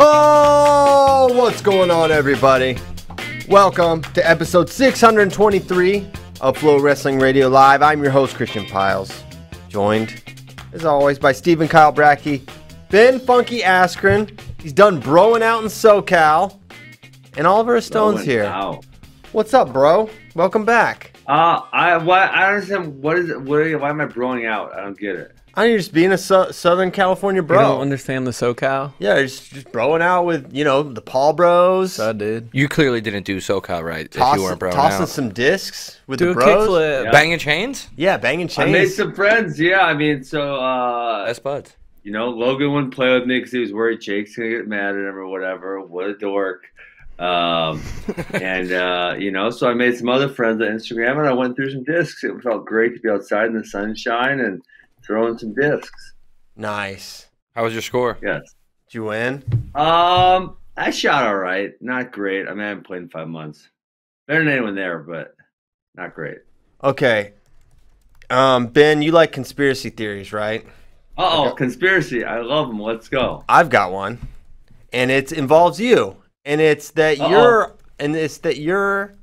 Oh, what's going on, everybody? Welcome to episode 623 of Flow Wrestling Radio Live. I'm your host, Christian Piles, joined, as always, by Stephen Kyle Brackey, Ben Funky Askren. He's done broing out in SoCal, and Oliver Stone's Going here. out. What's up, bro? Welcome back. Uh, I why I don't understand what is it? What are, why am I blowing out? I don't get it. I know you're just being a Sou- Southern California You don't bro. understand the SoCal? yeah, you're just, just broing out with, you know, the Paul Bros. I did. You clearly didn't do SoCal right if tossing you weren't brown tossing out. some discs with Do the a bros. kickflip. Bang and chains? Yeah, banging I made chains. some friends. Yeah, I mean, so uh, That's buds. you know, Logan wouldn't play with me because he was worried Jake's gonna get mad at him or whatever. What a dork. Um, and uh, you know, so I made some other friends on Instagram, and I went through some discs. It felt great to be outside in the sunshine and throwing some discs. Nice. How was your score? Yes. Did you win? Um, I shot all right. Not great. I mean, I haven't played in five months. Better than anyone there, but not great. Okay. Um, ben, you like conspiracy theories, right? Uh oh, conspiracy. I love them. Let's go. I've got one. And it involves you. And it's that Uh-oh. you're and it's that you're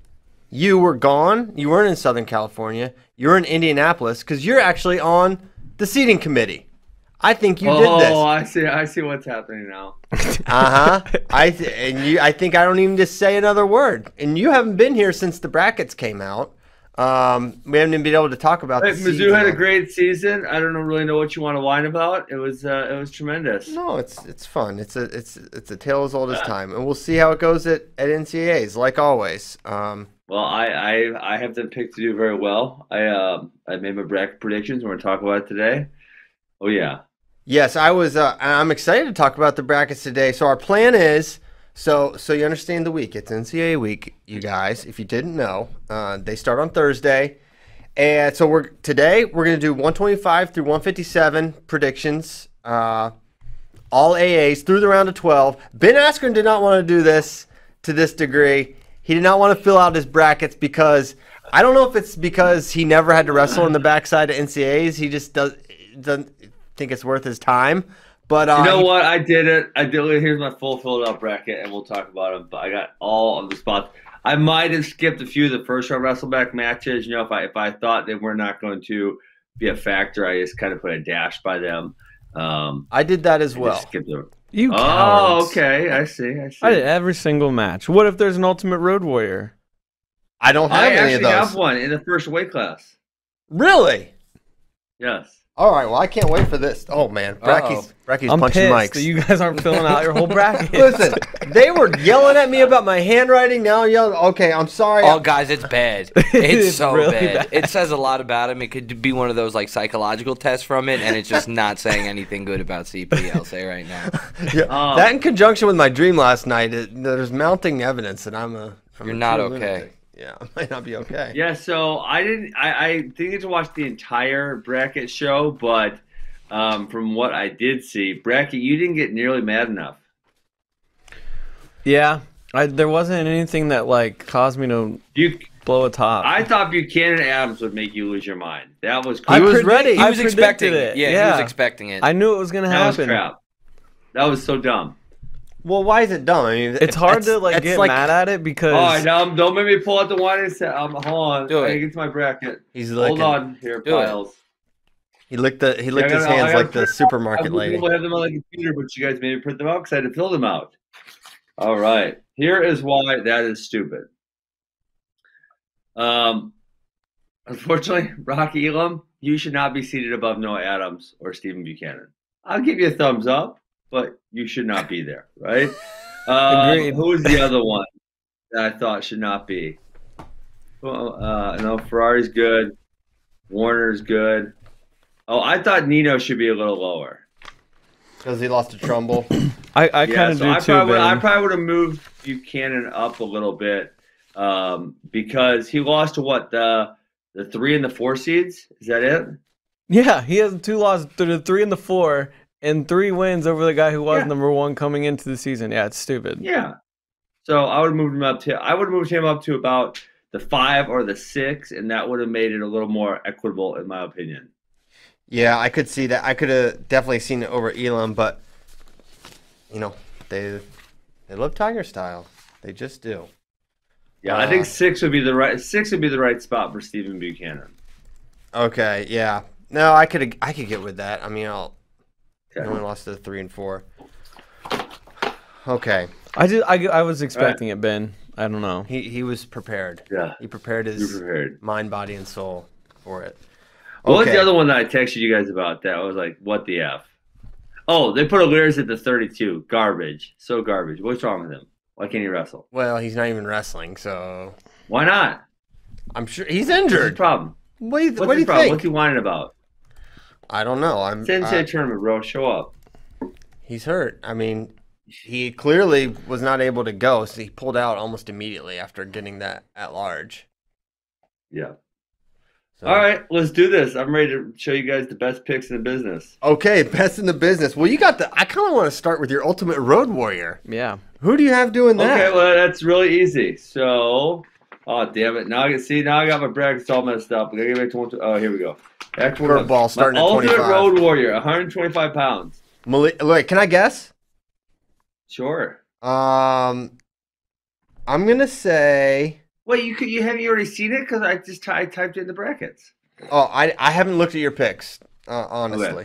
you were gone. You weren't in Southern California. You're in Indianapolis because you're actually on the seating committee. I think you oh, did this. I see. I see what's happening now. Uh huh. I th- and you. I think I don't even just say another word. And you haven't been here since the brackets came out. Um, we haven't even been able to talk about. Hey, the Mizzou season. had a great season. I don't know- really know what you want to whine about. It was uh, it was tremendous. No, it's it's fun. It's a it's it's a tale as old as time, and we'll see how it goes at at NCAA's, like always. Um, Well, I, I I have them picked to do very well. I um I made my bracket predictions. We're gonna talk about it today. Oh yeah. yes, I was. Uh, I'm excited to talk about the brackets today. So our plan is so so you understand the week. It's NCAA week, you guys. If you didn't know, uh, they start on Thursday, and so we're today we're gonna do 125 through 157 predictions. Uh, all AAs through the round of 12. Ben Askren did not want to do this to this degree. He did not want to fill out his brackets because I don't know if it's because he never had to wrestle in the backside of NCAs. He just does, doesn't think it's worth his time. But uh, You know he- what? I did it. I did it. Here's my full filled out bracket, and we'll talk about them. But I got all of the spots. I might have skipped a few of the first round wrestleback matches. You know, if I if I thought they were not going to be a factor, I just kind of put a dash by them. Um, I did that as and well. just skipped them. You Oh, cowards. okay. I see. I see. I did every single match. What if there's an Ultimate Road Warrior? I don't I have any of actually those. have one in the first weight class. Really? Yes. All right. Well, I can't wait for this. Oh man, Bracky's, Bracky's I'm punching pissed mics. that you guys aren't filling out your whole bracket. Listen, they were yelling at me about my handwriting. Now yelling. Okay, I'm sorry. Oh, guys, it's bad. It's It's so really bad. bad. It says a lot about him. It could be one of those like psychological tests from it, and it's just not saying anything good about CP. I'll say right now. Yeah, Um, that in conjunction with my dream last night, it, there's mounting evidence that I'm a. I'm You're a not true okay. lunatic. Yeah, I might not be okay. Yeah, so I didn't. I, I didn't get to watch the entire bracket show, but um, from what I did see, bracket, you didn't get nearly mad enough. Yeah, I, there wasn't anything that like caused me to You, blow a top. I thought Buchanan Adams would make you lose your mind. That was I crap. He was predict- ready. He I was expecting predicted it, it. Yeah, he was yeah. expecting it. I knew it was gonna that was happen. crap. That was so dumb. Well, why is it dumb? I mean, It's hard to like get mad at it because All right, now um, don't make me pull out the wine and say, um, hold on. I Do it. gotta get to my bracket. He's Hold licking. on here, Do it. Piles. He licked the he licked I his gotta- I hands gotta like the print- supermarket I lady. People have them on the computer, but you guys made me print them out because I had to fill them out. All right. Here is why that is stupid. Um, unfortunately, Rocky Elam, you should not be seated above Noah Adams or Stephen Buchanan. I'll give you a thumbs up, but you should not be there, right? Um, Agreed. who was the other one that I thought should not be? Well, uh, no, Ferrari's good. Warner's good. Oh, I thought Nino should be a little lower. Because he lost to Trumble. I, I Yeah, kind of so do I too. probably would, I Ben. probably would have moved Buchanan up a little bit um, because he lost to what the the three and the four seeds. Is that it? Yeah, he has two losses, th- the three and the four, and three wins over the guy who was Yeah. number one coming into the season. Yeah, it's stupid. Yeah. So I would have moved him up to I would have moved him up to about the five or the six, and that would have made it a little more equitable, in my opinion. yeah, I could see that. I could have definitely seen it over Elam, but you know they they love Tiger style. They just do. Yeah, I think six would be the right six would be the right spot for Stephen Buchanan. Okay, yeah. No, I could I could get with that. I mean, I'll. I Okay. only lost to the three and four. Okay, I just I, I was expecting it, Ben. I don't know. he he was prepared. Yeah. he prepared his You're prepared. mind, body, and soul for it. What was Okay. the other one that I texted you guys about that I was like, what the F? Oh, they put O'Leary's at the 32. Garbage. So garbage. What's wrong with him? Why can't he wrestle? Well, he's not even wrestling, so Why not? I'm sure he's What's his injured. problem? What do you, What's what do his you problem? think? What's he whining about? I don't know. I'm. Send to I- the tournament, bro. Show up. he's hurt. I mean, he clearly was not able to go, so he pulled out almost immediately after getting that at large. Yeah. So. All right, let's do this. I'm ready to show you guys the best picks in the business. Okay, best in the business. Well, you got the. I kind of want to start with your ultimate road warrior. Yeah. Who do you have doing that? Okay, well, that's really easy. So, oh, damn it. Now I can see, now I got my brackets all messed up. I gotta get back to one. two- Oh, here we go. Back to one- Curveball starting my at ultimate 25. road warrior, 125 pounds. Malik, wait, can I guess? Sure. Um, I'm gonna say. Wait, you could you have you already seen it? Because I just ty- I typed in the brackets. Oh, I I haven't looked at your picks uh, honestly.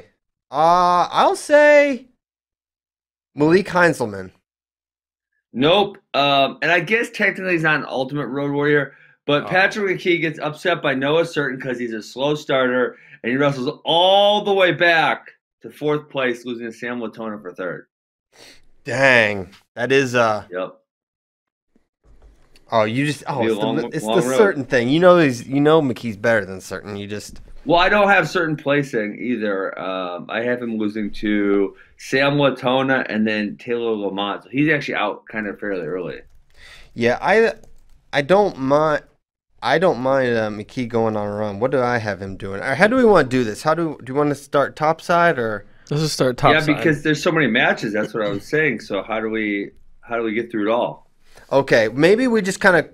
Uh, I'll say Malik Heinzelman. Nope. Um, and I guess technically he's not an ultimate road warrior, but Patrick McKee gets upset by Noah Certain because he's a slow starter and he wrestles all the way back to fourth place, losing to Sam Latona for third. Dang, that is uh. Yep. Oh, you just oh, be a it's the, long- it's long the road. certain thing. You know, he's you know McKee's better than certain. You just Well, I don't have certain placing either. Um, I have him losing to Sam Latona and then Taylor Lamont. So he's actually out kind of fairly early. yeah. I I don't mind. I don't mind uh, McKee going on a run. What do I have him doing? Or how do we want to do this? How do do you want to start topside or? Let's just start top yeah, because there's so many matches. That's what I was saying. So how do we how do we get through it all? Okay, maybe we just kind of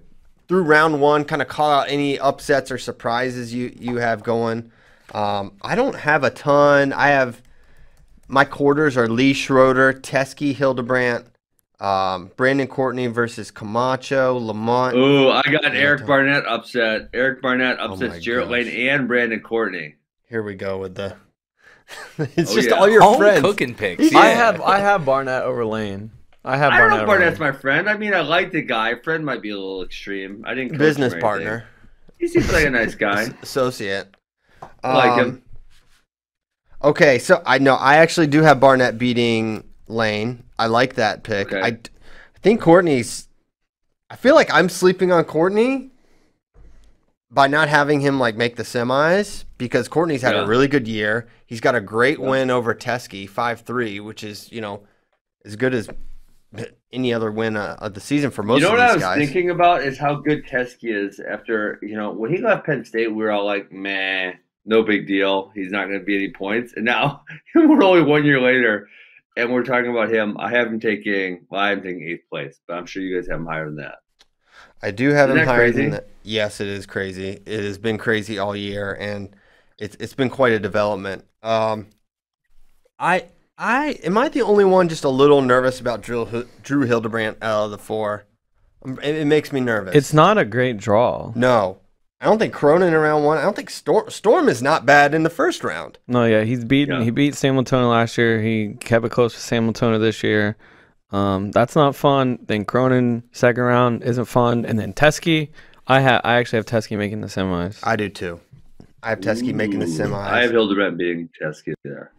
through round one, kind of call out any upsets or surprises you you have going. Um, I don't have a ton. I have my quarters are Lee Schroeder, Teskey Hildebrandt, um, Brandon Courtney versus Camacho, Lamont. Ooh, I got Eric Barnett upset. Eric Barnett upsets Oh my Jarrett gosh. Lane and Brandon Courtney. Here we go with the. it's Oh, just yeah. all your Home friends. cooking picks. I have I have Barnett over Lane. I have I don't know Barnett. if over Barnett's Lane. my friend. I mean, I like the guy. Friend might be a little extreme. I didn't coach him or Business anything. partner, He seems like a nice guy. associate. Um, I like um, him. Okay, so I know I actually do have Barnett beating Lane. I like that pick. Okay. I, d- I think Courtney's. I feel like I'm sleeping on Courtney by not having him like make the semis because Courtney's had Yeah. a really good year. He's got a great win over Teskey, five three, which is you know as good as any other win uh, of the season for most you know of what these I was guys. thinking about is how good Teskey is after you know when he left Penn State, we were all like, "Meh, no big deal. He's not going to be any points." And now we're only one year later, and we're talking about him. I have him taking, well, I'm taking eighth place, but I'm sure you guys have him higher than that. I do have Isn't him that higher crazy? than that. Yes, it is crazy. It has been crazy all year, and it's it's been quite a development. Um, I I am I the only one just a little nervous about Drew Hi- Drew Hildebrand out of the four? Um, It, it makes me nervous. It's not a great draw. no, I don't think Cronin in round one. I don't think Storm Storm is not bad in the first round. No, yeah, he's beaten. Yeah. He beat San Antonio last year. He kept it close with San Antonio this year. Um, that's not fun. Then Cronin second round isn't fun, and then Teskey. I ha- I actually have Teskey making the semis. I do too. I have Teskey making the Ooh, semis. I have Hildebrand being Teskey there.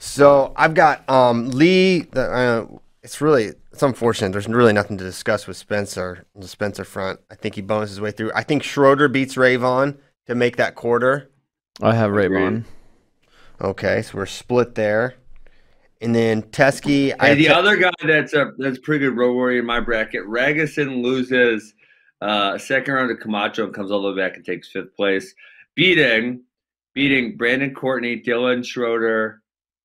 So I've got um, Lee. The, uh, it's really it's unfortunate. There's really nothing to discuss with Spencer on the Spencer front. I think he bones his way through. I think Schroeder beats Ravon to make that quarter. I have Raybon. Agreed. Okay, so we're split there. And then Teskey. I Hey, have the Te- other guy that's a that's a pretty good road warrior in my bracket, Ragusan loses uh, second round to Camacho and comes all the way back and takes fifth place, beating beating Brandon Courtney, Dylan Schroeder,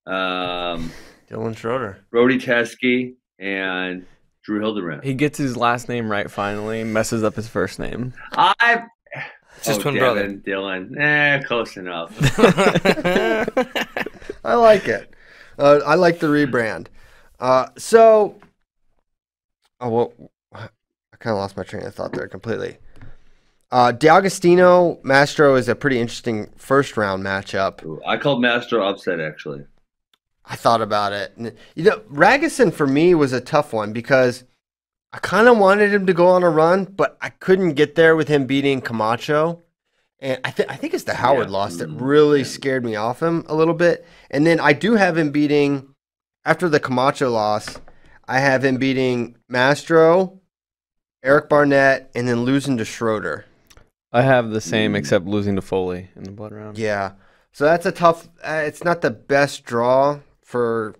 um, Dylan Schroeder. Brody Teskey, and Drew Hildebrand. He gets his last name right finally. Messes up his first name. I It's his oh, twin brother. Devin, Dylan, eh, close enough. I like it. Uh, I like the rebrand. Uh, so, oh well, I kind of lost my train of thought there completely. Uh, D'Agostino Mastro is a pretty interesting first round matchup. Ooh, I called Master upset actually. I thought about it. And, you know, Ragusan for me was a tough one because I kind of wanted him to go on a run, but I couldn't get there with him beating Camacho. And I, th- I think it's the Howard Yeah. loss that Mm, really yeah. scared me off him a little bit. And then I do have him beating, after the Camacho loss, I have him beating Mastro, Eric Barnett, and then losing to Schroeder. I have the same except losing to Foley in the blood round. Mm. Yeah. So that's a tough. Uh, it's not the best draw for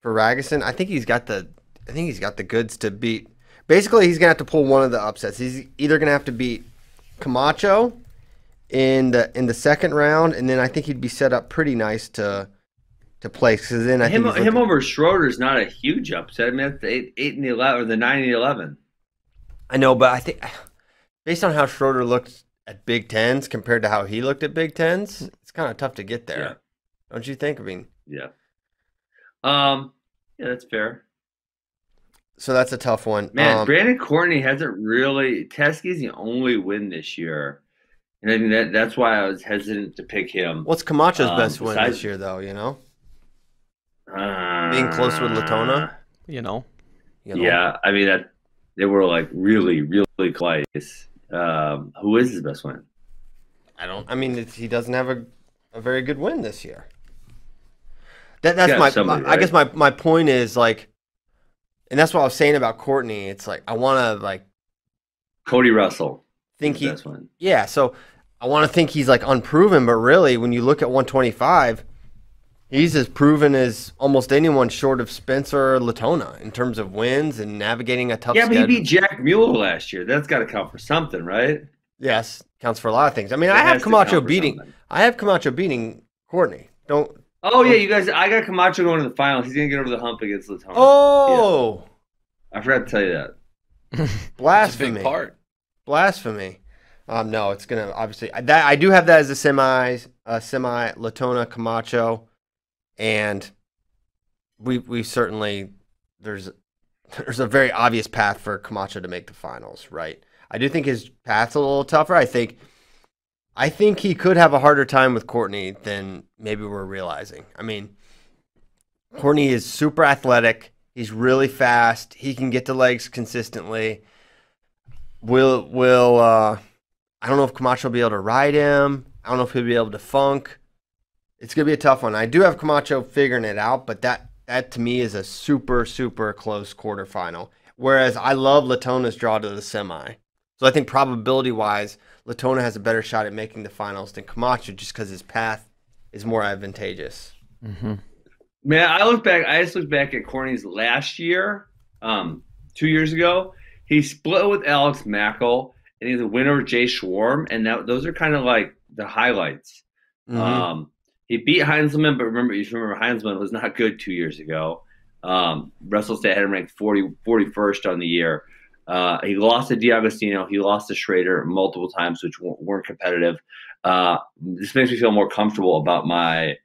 for Ragusan. I think he's got the. I think he's got the goods to beat. Basically, he's gonna have to pull one of the upsets. He's either gonna have to beat Camacho in the in the second round, and then I think he'd be set up pretty nice to to play. Because then I Him, think he's him looking- over Schroeder's not a huge upset. I mean, that's the eight, eight and the eleven or the nine and the eleven. I know, but I think based on how Schroeder looked at Big Tens compared to how he looked at Big Tens, it's kind of tough to get there. Yeah. Don't you think? I mean, Yeah. Um. Yeah, that's fair. so that's a tough one. Man, Um, Brandon Courtney hasn't really. Teskey's the only win this year, and I mean that, that's why I was hesitant to pick him. What's Camacho's Um, best win this besides- year, though? You know, Uh, being close with Latona. You know. You know? Yeah, I mean that they were like really, really close. Um, who is his best win? I don't. I mean, it's, he doesn't have a, a very good win this year. That that's Yeah, my, somebody, my- I guess my my point is like, and that's what I was saying about Courtney. It's like I want to like Cody Russell. think his he best win. yeah. So I want to think he's like unproven, but really, when you look at 125, he's as proven as almost anyone short of Spencer or Latona in terms of wins and navigating a tough. Yeah, but he schedule. beat Jack Mueller last year. That's got to count for something, right? Yes, counts for a lot of things. I mean, It I have has to Camacho count for beating. something. I have Camacho beating Courtney. Don't. Oh yeah, you guys. I got Camacho going to the finals. He's gonna get over the hump against Latona. Oh, I forgot to tell you that. That's a big blasphemy! part. Blasphemy! Um, no, it's gonna obviously I- that I do have that as a semi, uh, semi Latona Camacho, and we we certainly there's there's a very obvious path for Camacho to make the finals, right? I do think his path's a little tougher. I think I think he could have a harder time with Courtney than maybe we're realizing. I mean, Courtney is super athletic. He's really fast. He can get to legs consistently. Will will uh I don't know if Camacho will be able to ride him. I don't know if he'll be able to funk. It's gonna be a tough one. I do have Camacho figuring it out, but that that to me is a super super close quarterfinal. Whereas I love Latona's draw to the semi, so I think probability wise, Latona has a better shot at making the finals than Camacho just because his path is more advantageous. Man, I look back. I just looked back at Corny's last year um, two years ago. He split with Alex Mackel, and he's a winner of Jay Schwarm, and that, those are kind of like the highlights. Mm-hmm. Uh, Um, he beat Heinzelman, but remember, you should remember Heinzelman was not good two years ago. Um, Russell State had him ranked 40, 41st on the year. Uh, he lost to D'Agostino. He lost to Schrader multiple times, which w- weren't competitive. Uh, this makes me feel more comfortable about my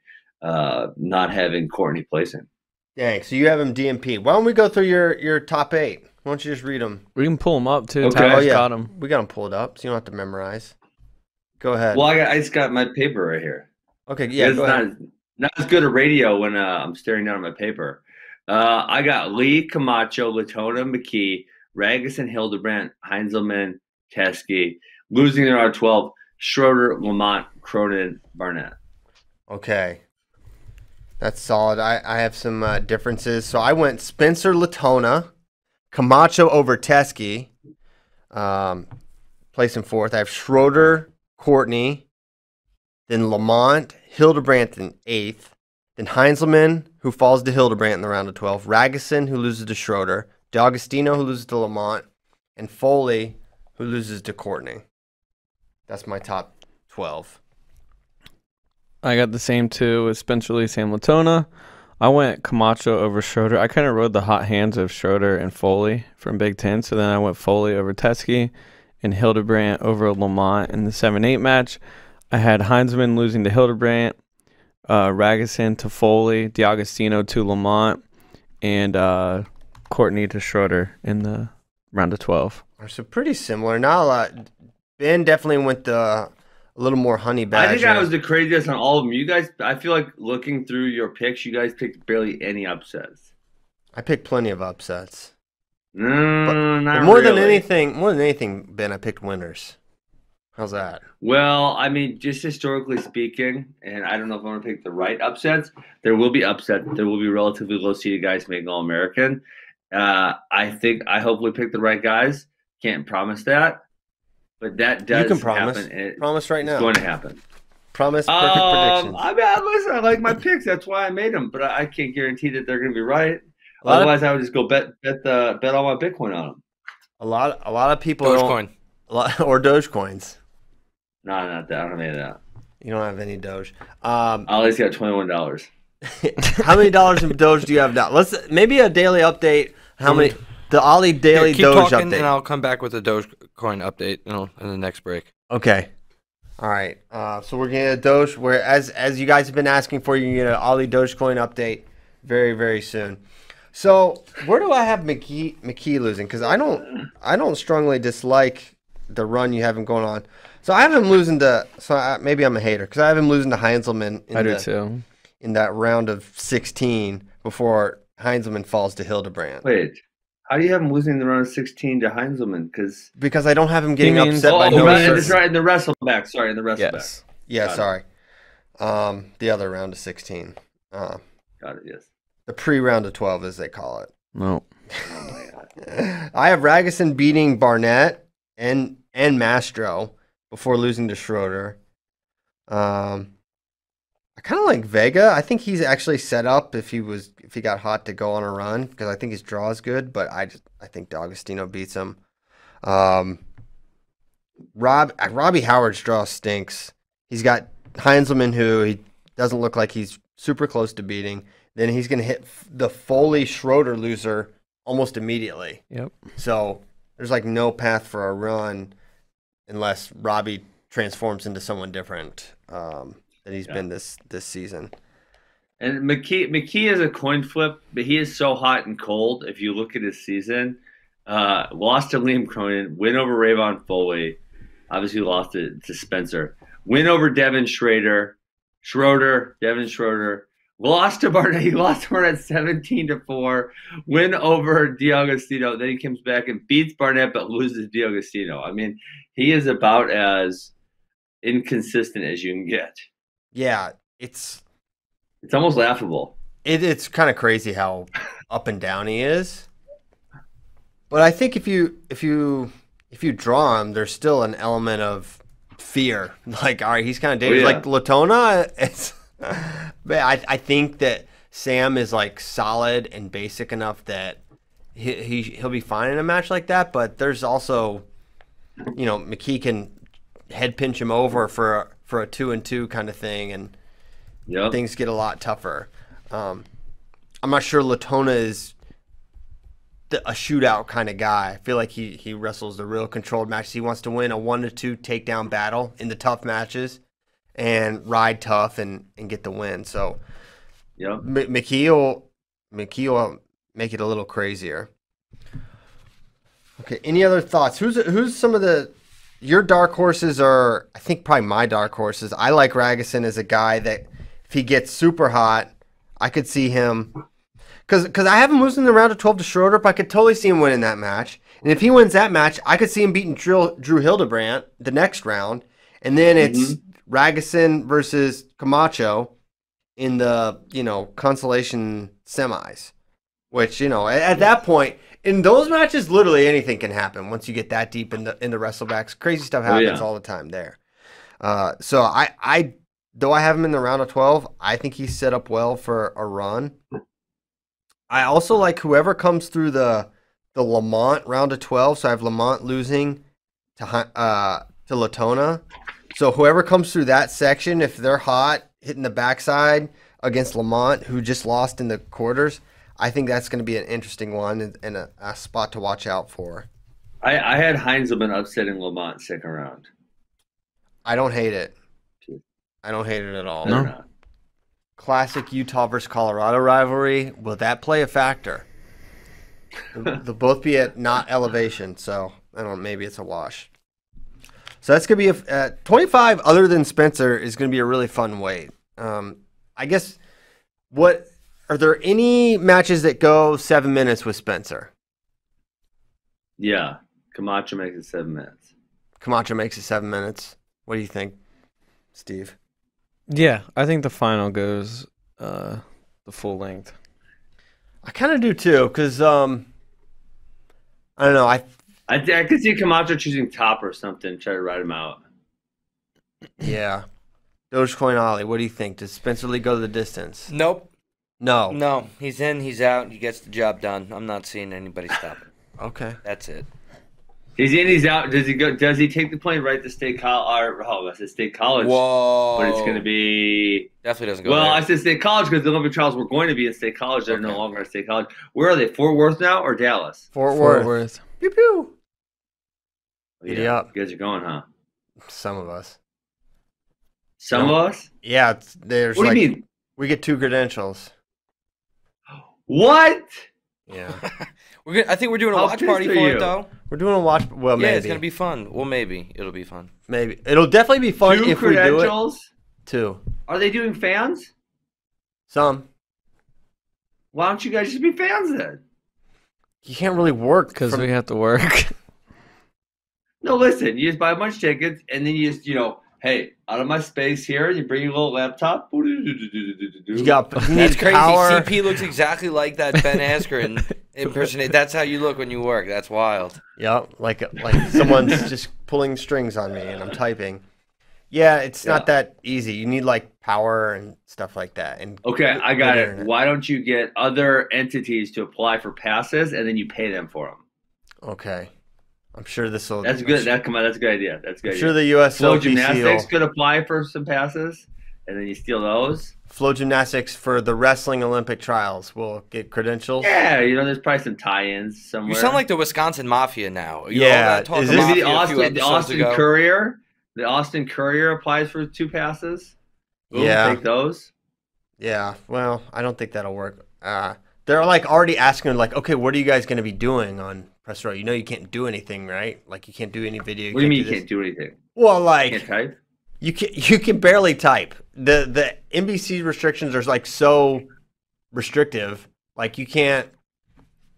uh, not having Courtney Playson. Dang. So you have him DMP. Why don't we go through your your top eight? Why don't you just read them? We can pull them up too. Okay. Tyler's I oh yeah, got 'em. we got them pulled up, so you don't have to memorize. Go ahead. Well, I, got, I just got my paper right here. Okay. Yeah. it's Go not, ahead. not as good a radio when uh, I'm staring down at my paper. Uh, I got Lee, Camacho, Latona, McKee, Raguson, Hildebrandt, Heinzelman, Teskey, losing their R12, Schroeder, Lamont, Cronin, Barnett. Okay. That's solid. I, I have some uh, differences. So I went Spencer Latona, Camacho over Teskey, um, place in fourth. I have Schroeder, Courtney, then Lamont, Hildebrandt in eighth, then Heinzelman, who falls to Hildebrandt in the round of 12, Raguson, who loses to Schroeder, D'Agostino, who loses to Lamont, and Foley, who loses to Courtney. That's my top 12. I got the same two with Spencer Lee, Sam Latona. I went Camacho over Schroeder. I kind of rode the hot hands of Schroeder and Foley from Big Ten. So then I went Foley over Teskey and Hildebrandt over Lamont in the 7 8 match. I had Heinzman losing to Hildebrandt, uh, Ragusan to Foley, D'Agostino to Lamont, and uh, Courtney to Schroeder in the round of 12. Are So pretty similar. Not a lot. Ben definitely went the a little more honey badger. I think I was the craziest on all of them. You guys, I feel like looking through your picks, you guys picked barely any upsets. I picked plenty of upsets. No, But- Mm, not But more than really. anything, more than anything, Ben, I picked winners. How's that? Well, I mean, just historically speaking, and I don't know if I'm going to pick the right upsets. There will be upset. There will be relatively low seeded guys making All American. Uh, I think I hopefully pick the right guys. Can't promise that, but that does you can promise. happen. It- promise right it's now. going to happen. Promise perfect Um, predictions. I mean, I- listen, I like my picks. That's why I made them, but I I can't guarantee that they're going to be right. A lot of- Otherwise, I would just go bet bet the bet all my Bitcoin on them. a lot, a lot of people Dogecoin. don't, a lot, or Dogecoins. No, not that. I don't mean that. You don't have any Doge. Um, Ollie's got twenty one dollars. how many dollars in Doge do you have now? Let's maybe a daily update. How many? The Ollie daily Here, keep Doge talking, update. and I'll come back with a Dogecoin update you know, in the next break. Okay. All right. Uh, so we're getting a Doge. Where as as you guys have been asking for, you can get an Ollie Dogecoin update very very soon. So where do I have McKee McKee losing? Because I don't I don't strongly dislike the run you have him going on. So I have him losing to. So I, maybe I'm a hater because I have him losing to Heinzelman. In I do the- too. In that round of 16 before Heinzelman falls to Hildebrand. Wait, how do you have him losing the round of 16 to Heinzelman? Because Because I don't have him getting means- upset oh, by right, no and reason. it's right in the wrestleback. Sorry, in the wrestleback. Yes. Yeah, Got it. sorry. Um, the other round of 16. Uh, Got it. Yes. the pre round of 12, as they call it. No. Oh my god. I have Ragusan beating Barnett and and Mastro before losing to Schroeder. Um, I kind of like Vega. I think he's actually set up if he was if he got hot to go on a run because I think his draw is good. But I just I think D'Agostino beats him. Um, Rob uh, Robbie Howard's draw stinks. He's got Heinzelman who he doesn't look like he's super close to beating. Then he's gonna hit f- the Foley Schroeder loser almost immediately. Yep. So there's like no path for a run unless Robbie transforms into someone different um, than he's been this this season. And McKee McKee is a coin flip, but he is so hot and cold. If you look at his season, uh, lost to Liam Cronin, win over Rayvon Foley, obviously lost to, to Spencer, win over Devin Schrader, Schroeder, Devin Schroeder, lost to Barnett. He lost to Barnett seventeen to four, win over D'Agostino. Then he comes back and beats Barnett, but loses D'Agostino. I mean, he is about as inconsistent as you can get. Yeah, it's It's almost laughable. it, it's kind of crazy how up and down he is. But I think if you if you if you draw him, there's still an element of fear. Like, all right, he's kind of dangerous. yeah. Like Latona, it's. but I I think that Sam is like solid and basic enough that he, he he'll be fine in a match like that. But there's also, you know, McKee can head pinch him over for for a two and two kind of thing, and Yep. things get a lot tougher. Um, I'm not sure Latona is the, a shootout kind of guy. I feel like he, he wrestles the real controlled matches. He wants to win a one to two takedown battle in the tough matches and ride tough and, and get the win. So Yep. M- McKee will, McKee will make it a little crazier. Okay. Any other thoughts? Who's who's some of the your dark horses are? I think probably my dark horses. I like Ragusan as a guy that if he gets super hot, I could see him because because I have him losing the round of twelve to Schroeder, but I could totally see him winning that match. And if he wins that match, I could see him beating Drew, Drew Hildebrandt the next round, and then it's Mm-hmm. Ragusan versus Camacho in the you know consolation semis, which you know at, at that point in those matches literally anything can happen once you get that deep in the in the wrestlebacks. Crazy stuff Oh, yeah. happens all the time there. Uh, so I I though I have him in the round of twelve, I think he's set up well for a run. I also like whoever comes through the the Lamont round of twelve. So I have Lamont losing to Hi- uh, to Latona. So whoever comes through that section, if they're hot, hitting the backside against Lamont, who just lost in the quarters, I think that's going to be an interesting one and, and a, a spot to watch out for. I, I had Heinzelman upsetting Lamont second round. I don't hate it. I don't hate it at all. Third round. Classic Utah versus Colorado rivalry. Will that play a factor? They'll both be at not elevation, so I don't. Maybe it's a wash. So that's gonna be a f- uh, 25. Other than Spencer, is gonna be a really fun weight. Um, I guess. What are there any matches that go seven minutes with Spencer? Yeah. Camacho makes it seven minutes. Camacho makes it seven minutes. What do you think, Steve? Yeah, I think the final goes uh, the full length. I kind of do too, because um, I don't know. I I, th- I could see Camacho choosing top or something, try to ride him out. Yeah. Dogecoin Ollie, what do you think? Does Spencer Lee go the distance? Nope. No. No, he's in, he's out, he gets the job done. I'm not seeing anybody stop him. Okay. That's it. He's in, he's out. Does he go? Does he take the plane right to state college? Or, oh, I said state college. Whoa. But it's going to be. Definitely doesn't go Well, there. I said state college because the Olympic trials were going to be in state college. They're no Okay. longer in state college. Where are they? Fort Worth now or Dallas? Fort Worth. Pew pew. Giddy up. You guys are going, huh? Some of us. Some No. of us? Yeah, it's, there's What do like you mean? we get two credentials. What? Yeah. we're gonna, I think we're doing a How watch pissed party are for you? it, though. We're doing a watch well Yeah, maybe. it's going to be fun. Well, maybe. It'll be fun. maybe. It'll definitely be fun Two if we do it. credentials? Two. Are they doing fans? Some. Why don't you guys just be fans then? You can't really work Because from- we have to work. No, listen, you just buy a bunch of tickets and then you just, you know, hey, out of my space here, you bring your little laptop. you got you need That's crazy. power. CP looks exactly like that Ben Askren impersonate. That's how you look when you work. That's wild. Yep, like like someone's just pulling strings on me and I'm typing. Yeah, it's not that easy. You need like power and stuff like that. And Okay, I got good it. internet. Why don't you get other entities to apply for passes and then you pay them for them? Okay. I'm sure this will. That's good. That come on. That's a good idea. That's a good. Oh, I'm sure idea. the Flow USOPC gymnastics will- could apply for some passes, and then you steal those. flow gymnastics for the wrestling Olympic trials will get credentials. Yeah, you know, there's probably some tie-ins somewhere. You sound like the Wisconsin Mafia now. You Yeah, all that talk is of this- Maybe the mafia a few Austin, the episodes Austin ago. Courier. The Austin Courier applies for two passes. Boom, Yeah. take those. Yeah. Well, I don't think that'll work. Uh, they're like already asking, like, okay, what are you guys going to be doing on press row? You know, you can't do anything, right? Like, you can't do any video. what do you mean you this. can't do anything? Well, You can't like, type. you can you can barely type. the The NBC restrictions are like so restrictive. Like, you can't.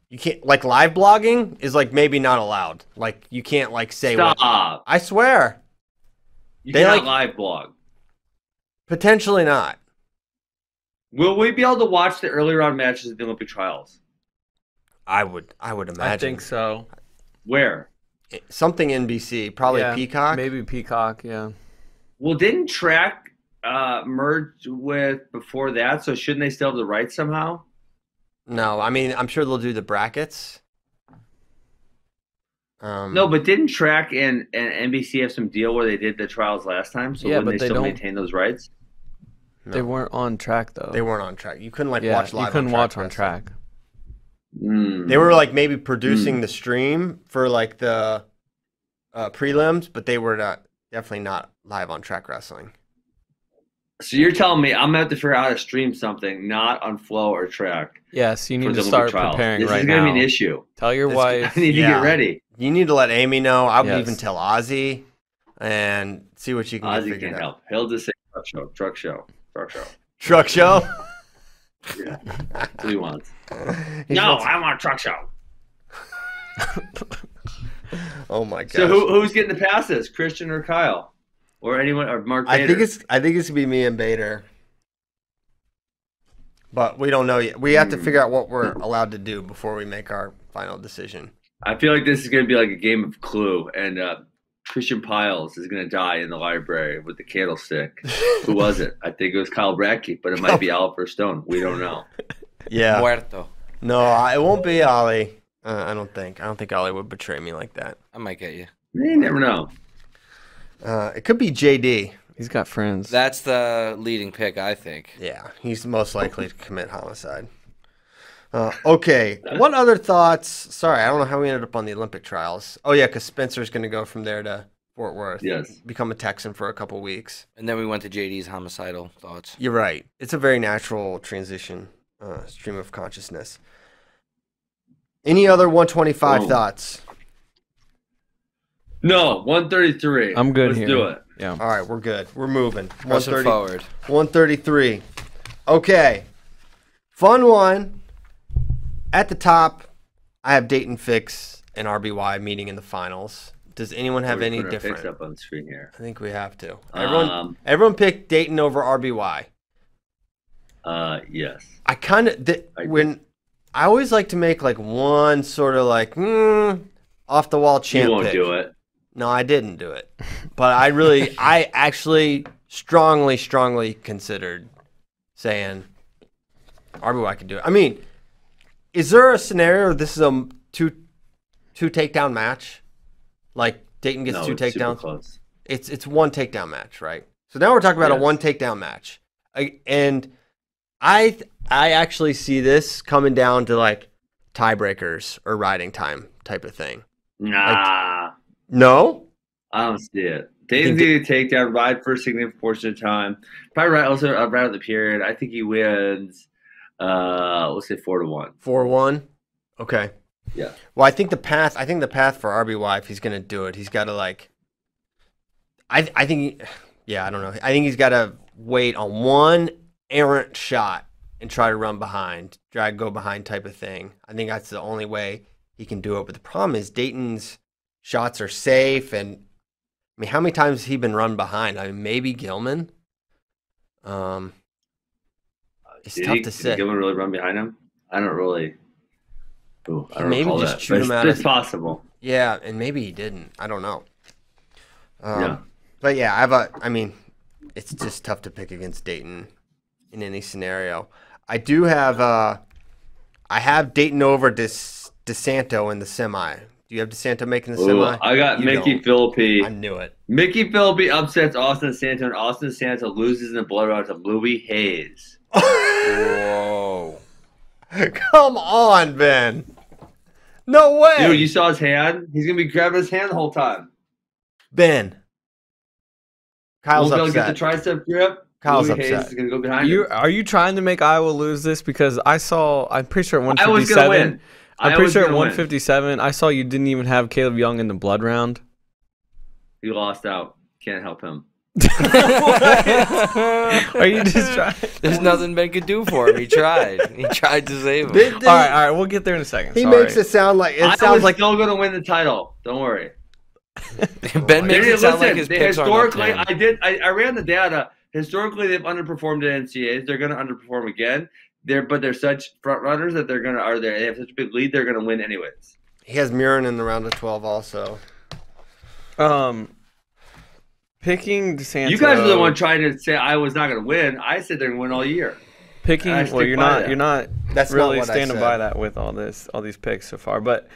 You can't like live blogging is like maybe not allowed. Like you can't like say what Stop. I swear. You They cannot live blog. Potentially not. Will we be able to watch the early round matches at the Olympic trials? I would. I would imagine. I think so. Where? Something NBC, probably Peacock. Maybe Peacock, yeah. Well, didn't Track uh, merge with before that? So shouldn't they still have the rights somehow? No, I mean, I'm sure they'll do the brackets. Um, No, but didn't Track and, and NBC have some deal where they did the trials last time? So Yeah, wouldn't but they, they still don't- maintain those rights? They weren't on track though. they weren't on track. You couldn't like yeah, watch live. you couldn't on watch track on wrestling. track. Mm. They were like maybe producing the stream for like the uh, prelims, but they were not definitely not live on track wrestling. So you're telling me I'm gonna have to figure out how to stream something not on Flow or Track Yes, you for need the to Olympic start trials. preparing This right is now. gonna be an issue. Tell your This- I wife. need to Yeah. get ready. You need to let Amy know. I would Yes. even tell Ozzy and see what you can get Ozzy figured can out. help. He'll just say truck show, truck show, truck show. Truck show. That's what he wants. He no, wants- I want truck show. oh my god. So who, who's getting the passes? Christian or Kyle? Or anyone or Mark I think Bader? it's I think it's gonna be me and Bader. But we don't know yet. We have to Hmm. figure out what we're allowed to do before we make our final decision. I feel like this is going to be like a game of Clue, and uh, Christian Piles is going to die in the library with the candlestick. Who was it? I think it was Kyle Brackey, but it might be Oliver Stone. We don't know. Yeah. Muerto. No, I, it won't be Ollie. Uh, I don't think. I don't think Ollie would betray me like that. I might get you. You never know. Uh, it could be JD. He's got friends. That's the leading pick, I think. Yeah, he's most likely to commit homicide. Uh, okay. What other thoughts? Sorry, I don't know how we ended up on the Olympic trials. Oh yeah, because Spencer's going to go from there to Fort Worth. Yes. Become a Texan for a couple weeks. And then we went to JD's homicidal thoughts. You're right. It's a very natural transition, uh, stream of consciousness. Any other 125 Whoa. thoughts? No, 133. I'm good Let's here. do it. Yeah. All right, we're good. We're moving. Pressing 130 forward. 133. Okay. Fun one. At the top, I have Dayton Fix and RBY meeting in the finals. Does anyone have We any put our picks different? up on screen here. I think we have to. Everyone Um, everyone picked Dayton over RBY. Uh, yes. I kind of th- I- when I always like to make like one sort of like mm, off the wall champ you won't pick. do it. No, I didn't do it. But I really, I actually strongly, strongly considered saying RBY could do it. I mean, is there a scenario where this is a two two takedown match? Like Dayton gets no, two it's super takedowns. Close. It's it's one takedown match, right? So now we're talking about Yes. a one takedown match, I, and I th- I actually see this coming down to like tiebreakers or riding time type of thing. Nah, No, I don't see it. Dayton's going to take down ride for a significant portion of time. Probably right also uh, right out the period. I think he wins. Uh, let's say four to one. Four one. Okay. Yeah. Well, I think the path. I think the path for RBY, if he's going to do it, he's got to like. I I think, yeah, I don't know. I think he's got to wait on one errant shot and try to run behind, drag go behind type of thing. I think that's the only way he can do it. But the problem is Dayton's shots are safe, and I mean, how many times has he been run behind? I mean, maybe Gilman. Um, it's Did tough he- to did say. Gilman really run behind him? I don't really. Ooh, I don't Maybe recall just that, chewed but him it's- out It's of- possible. Yeah, and maybe he didn't. I don't know. Um, Yeah. But yeah, I have a. I mean, it's just tough to pick against Dayton in any scenario. I do have. Uh, I have Dayton over Des, DeSanto in the semi. Do you have DeSanto making the Ooh, semi? I got You Mickey don't. I Philippi. knew it. Mickey Philippi upsets Austin Santo, and Austin Santo loses in the blood round to Louis Hayes. Whoa. Come on, Ben. No way, Dude, you saw his hand? He's gonna be grabbing his hand the whole time. Ben. Kyle's Won't be able to upset. get the tricep grip. Kyle's Louis Hayes upset. is gonna go behind You you. are you trying to make Iowa lose this? Because I saw I'm pretty sure at I was gonna 157. win. I'm I pretty was sure at gonna win. 157. I saw you didn't even have Caleb Young in the blood round. He lost out. Can't help him. Are you just trying? There's nothing Ben could do for him. He tried. He tried to save him. Did- did- all right, all right. We'll get there in a second. he Sorry. makes it sound like it I sounds was like still gonna win the title. Don't worry. Ben makes They- it sound listen, like his they- picks aren't up to historically, him. I did. I, I ran the data. Historically, they've underperformed at NCAAs. They're going to underperform again. They're but they're such front runners that they're going to are there. They have such a big lead. They're going to win anyways. he has Murin in the round of twelve also. Um, picking DeSanto. you guys are the one trying to say I was not going to win. I said they're going to win all year. picking. I Well, stick you're by not. that. You're not That's not really what I standing said. by that with all this, all these picks so far. But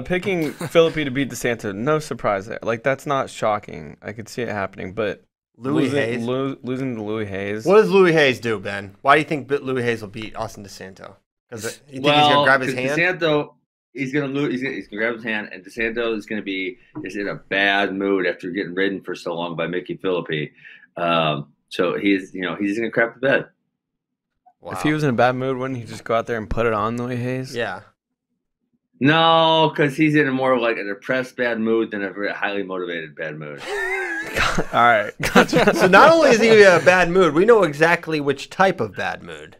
picking Philippi to beat DeSanto, no surprise there. Like that's not shocking. I could see it happening, but Louis losing, Hayes. lo- losing to Louis Hayes. What does Louis Hayes do, Ben? Why do you think Louis Hayes will beat Austin DeSanto? Because you think he's gonna grab his 'cause hand? DeSanto, he's gonna lose. He's gonna, he's gonna grab his hand, and DeSanto is gonna be is in a bad mood after getting ridden for so long by Mickey Philippi. Um, so he's you know he's gonna crap the bed. If he was in a bad mood, wouldn't he just go out there and put it on Louis Hayes? yeah, No, because he's in a more like a depressed bad mood than a very highly motivated bad mood. All right. Gotcha. so not only is he gonna be in a bad mood, we know exactly which type of bad mood.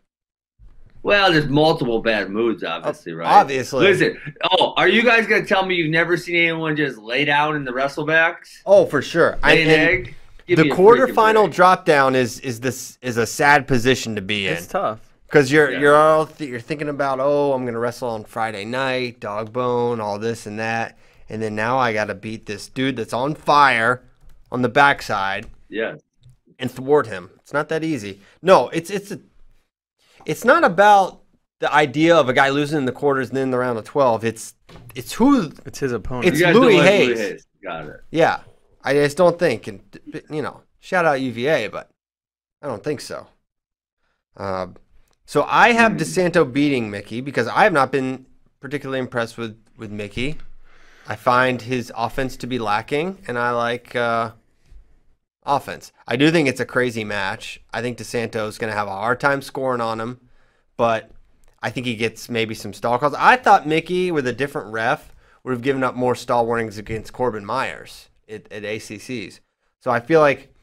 Well, there's multiple bad moods, obviously, right? Oh, obviously. Listen, oh, are you guys gonna tell me you've never seen anyone just lay down in the wrestlebacks? Oh, for sure. I, Lay an and egg? Give the me a freaking quarterfinal break. drop down is is this is a sad position to be in it's tough. because you're Yeah. you're all th- you're thinking about oh I'm gonna wrestle on Friday night, dog bone, all this and that, and then now I gotta beat this dude that's on fire on the backside. Yeah. and thwart him. It's not that easy. No, it's it's a, it's not about the idea of a guy losing in the quarters and then in the round of twelve. It's it's who It's his opponent. It's You guys don't Louis like Hayes. Got it. yeah. I just don't think and you know, shout out UVA, but I don't think so. Uh, so I have DeSanto beating Mickey because I have not been particularly impressed with with Mickey. I find his offense to be lacking, and I like uh, offense. I do think it's a crazy match. I think DeSanto's going to have a hard time scoring on him, but I think he gets maybe some stall calls. I thought Mickey, with a different ref, would have given up more stall warnings against Corbin Myers at, at ACCs. So I feel like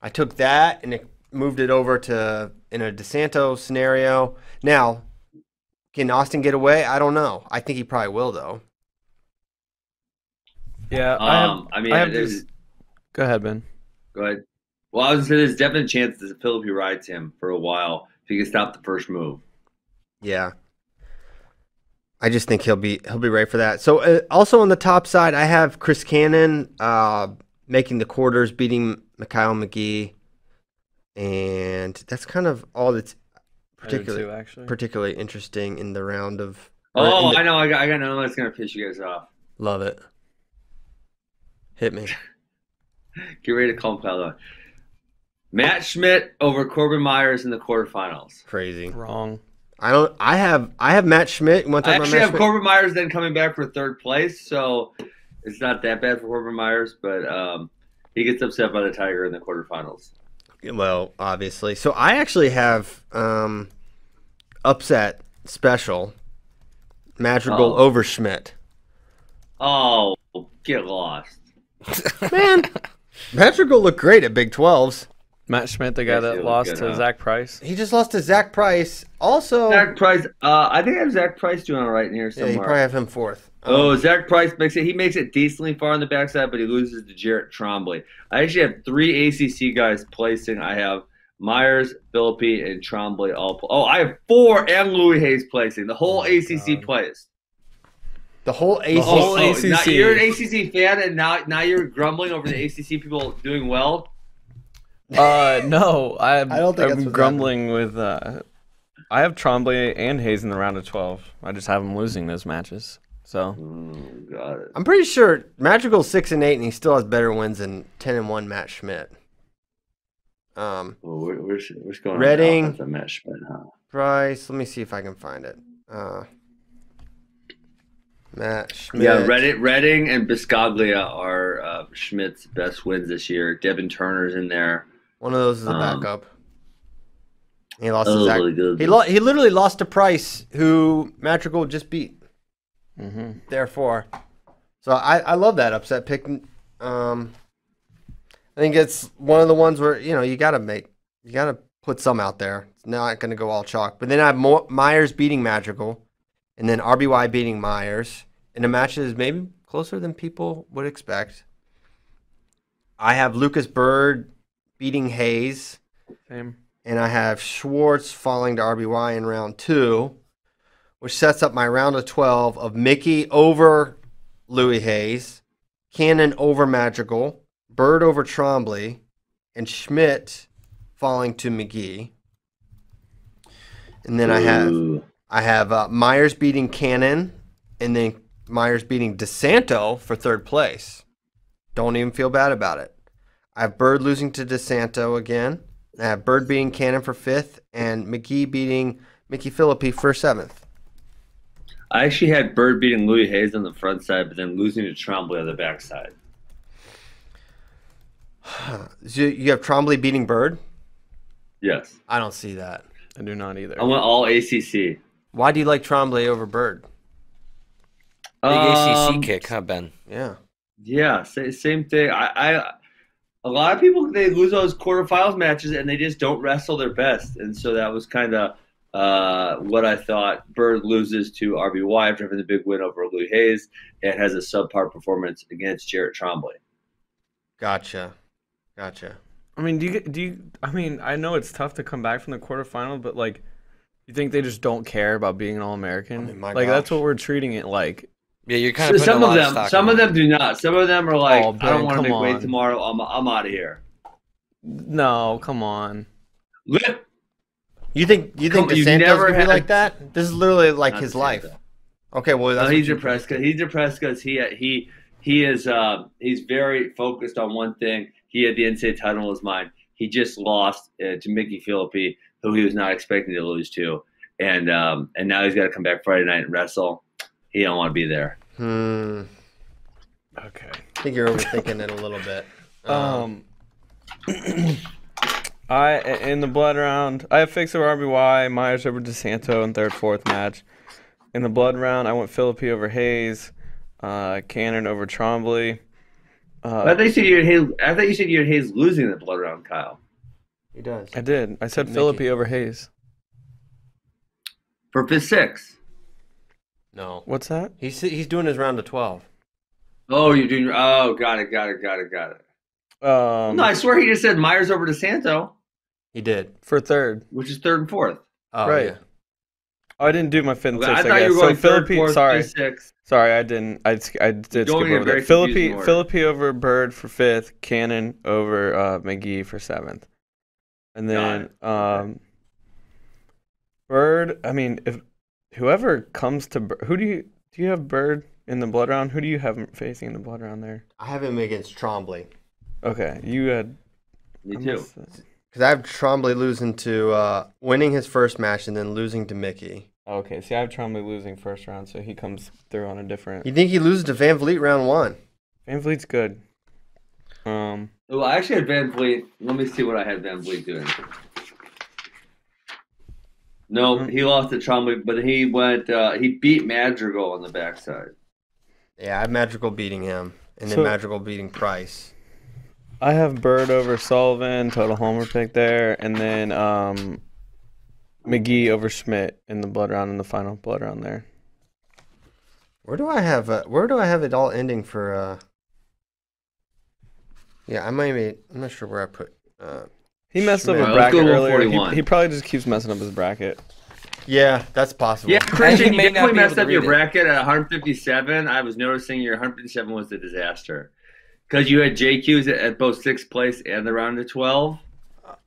I took that and it moved it over to in a DeSanto scenario. Now, can Austin get away? I don't know. I think he probably will, though. yeah. Um, I, I, have, mean, I have there's, this- Go ahead, Ben. go ahead. Well, I was gonna say there's definitely a chance that Philippi rides him for a while if he can stop the first move. Yeah. I just think he'll be he'll be ready for that. So uh, also on the top side, I have Chris Cannon uh, making the quarters, beating Mikhail McGee, and that's kind of all that's particularly too, actually. particularly interesting in the round of. or in Oh, the- I know. I got, I got another one that's gonna piss you guys off. love it. Hit me. Get ready to call him Kyle. Owen. Matt Schmidt over Corbin Myers in the quarterfinals. Crazy. Wrong. I don't. I have. I have Matt Schmidt. One I time actually have Schmidt. Corbin Myers then coming back for third place, so it's not that bad for Corbin Myers, but um, he gets upset by the Tiger in the quarterfinals. Well, obviously. So I actually have um, upset special Madrigal Oh. over Schmidt. Oh, get lost. Man, Madrigal looked great at Big 12s. Matt Schmidt, the guy Actually, it was that lost good, to huh? Zach Price. He just lost to Zach Price. Also, Zach Price. Uh, I think I have Zach Price doing all right in here yeah, somewhere. you probably have him fourth. Um, Oh, Zach Price makes it. He makes it decently far on the backside, but he loses to Jarrett Trombley. I actually have three ACC guys placing. I have Myers, Philippi, and Trombley all. pl- oh, I have four and Louis Hayes placing. The whole ACC plays. The whole ACC. whole Oh, ACC. now you're an ACC fan, and now now you're grumbling over the ACC people doing well. Uh, no, I'm, I I don't think that's am what's grumbling with. Uh, I have Trombley and Hayes in the round of twelve. I just have them losing those matches. So Got it. I'm pretty sure Madrigal's six and eight, and he still has better wins than ten and one Matt Schmidt. Um, Well, we're, we're, we're going Reading. the mesh, but huh? Price. Let me see if I can find it. Uh, Matt Schmidt. Yeah, Reddit, Redding and Biscaglia are uh, Schmidt's best wins this year. Devin Turner's in there. One of those is a Um, backup. He lost oh, to Zach. really good. He, lo- he literally lost to Price, who Madrigal just beat. Mhm. Therefore, so I, I love that upset pick. Um, I think it's one of the ones where you know you gotta make you gotta put some out there. It's not gonna go all chalk. But then I have Mo- Myers beating Madrigal, and then RBY beating Myers in a match that is maybe closer than people would expect. I have Lucas Bird beating Hayes same. and I have Schwartz falling to RBY in round two, which sets up my round of 12 of Mickey over Louis Hayes, Cannon over Madrigal, Bird over Trombley, and Schmidt falling to McGee. And then I have Ooh. Hmm. I have uh, Myers beating Cannon, and then Myers beating DeSanto for third place. Don't even feel bad about it. I have Bird losing to DeSanto again. I have Bird beating Cannon for fifth, and McGee beating Mickey Philippi for seventh. I actually had Bird beating Louis Hayes on the front side, but then losing to Trombley on the back side. So you have Trombley beating Bird. Yes. I don't see that. I do not either. I went all ACC. Why do you like Trombley over Bird? Big Um, ACC kick, huh, Ben? Yeah. Yeah, sa- same thing. I, I, a lot of people they lose those quarterfinals matches and they just don't wrestle their best, and so that was kind of uh, what I thought. Bird loses to RBY after having the big win over Lou Hayes and has a subpar performance against Jarrett Trombley. Gotcha. Gotcha. I mean, do you do you? I mean, I know it's tough to come back from the quarterfinal, but like, you think they just don't care about being an All American? I mean, my like that's gosh. what we're treating it like. Yeah, you're kind So of some of them, some of them do not. Some of them are like, Oh, I don't Ben, want to come make weight on. tomorrow. I'm I'm out of here. No, come on. Let- You think you think Come- you DeSanto's never gonna be had- like that? This is literally like Not his DeSanto. life. Okay, well that's No, what Uh, he's you- depressed. 'cause- he's depressed because he uh, he he is uh, he's very focused on one thing. He had the NCAA title in his mind. He just lost uh, to Mickey Philippi, who he was not expecting to lose to, and um, and now he's got to come back Friday night and wrestle. He don't want to be there. Hmm. Okay. I think you're overthinking it a little bit. Um, I in the blood round, I have Fix over RBY, Myers over DeSanto in third, fourth match. In the blood round, I went Philippi over Hayes, uh, Cannon over Trombley. Uh, I thought you said you had Hayes. I thought you said you had Hayes losing the blood round, Kyle. He does. I did. I said Philippi over Hayes. For fifth six. No. What's that? He's he's doing his round of twelve. Oh, you're doing. Oh, got it, got it, got it, got it. Um, no, I swear he just said Myers over to Santo, He did. for third. which is third and fourth. Oh, Right. Yeah. Oh, I didn't do my fifth and I sixth. thought I, you guess. were going so third, Philippi, fourth, sorry, fifth, sixth. sorry, I didn't. I, sk- I did Going skip in a over very that. Philippi, confusing order. Philippi over Bird for fifth, Cannon over uh, McGee for seventh, and Got then um, Bird. I mean, if whoever comes to Bir- who do you do you have Bird in the blood round? Who do you have him facing in the blood round there? I have him against Trombley Okay, you had. Me I too. missed that. because I have Trombley losing to uh, winning his first match and then losing to Mickey. Okay, see, I have Trombley losing first round, so he comes through on a different. You think he loses to Van Vliet round one? Van Vliet's good. Um. Well, I actually had Van Vliet. Let me see what I had Van Vliet doing. No, he lost to Trombley, but he went. Uh, he beat Madrigal on the backside. Yeah, I have Madrigal beating him and then So- Madrigal beating Price. I have Bird over Sullivan, total homer pick there, and then um, McGee over Schmidt in the blood round in the final blood round there. Where do I have uh, where do I have it all ending for? Uh... Yeah, I might be. I'm not sure where I put. Uh... He messed up Schmidt. a All right, let's bracket go earlier. He, 141. he probably just keeps messing up his bracket. Yeah, that's possible. Yeah, Christian, he you may definitely not be able messed to up your read it. bracket at 157. I was noticing your 157 was a disaster because you had JQs at, at both sixth place and the round of 12.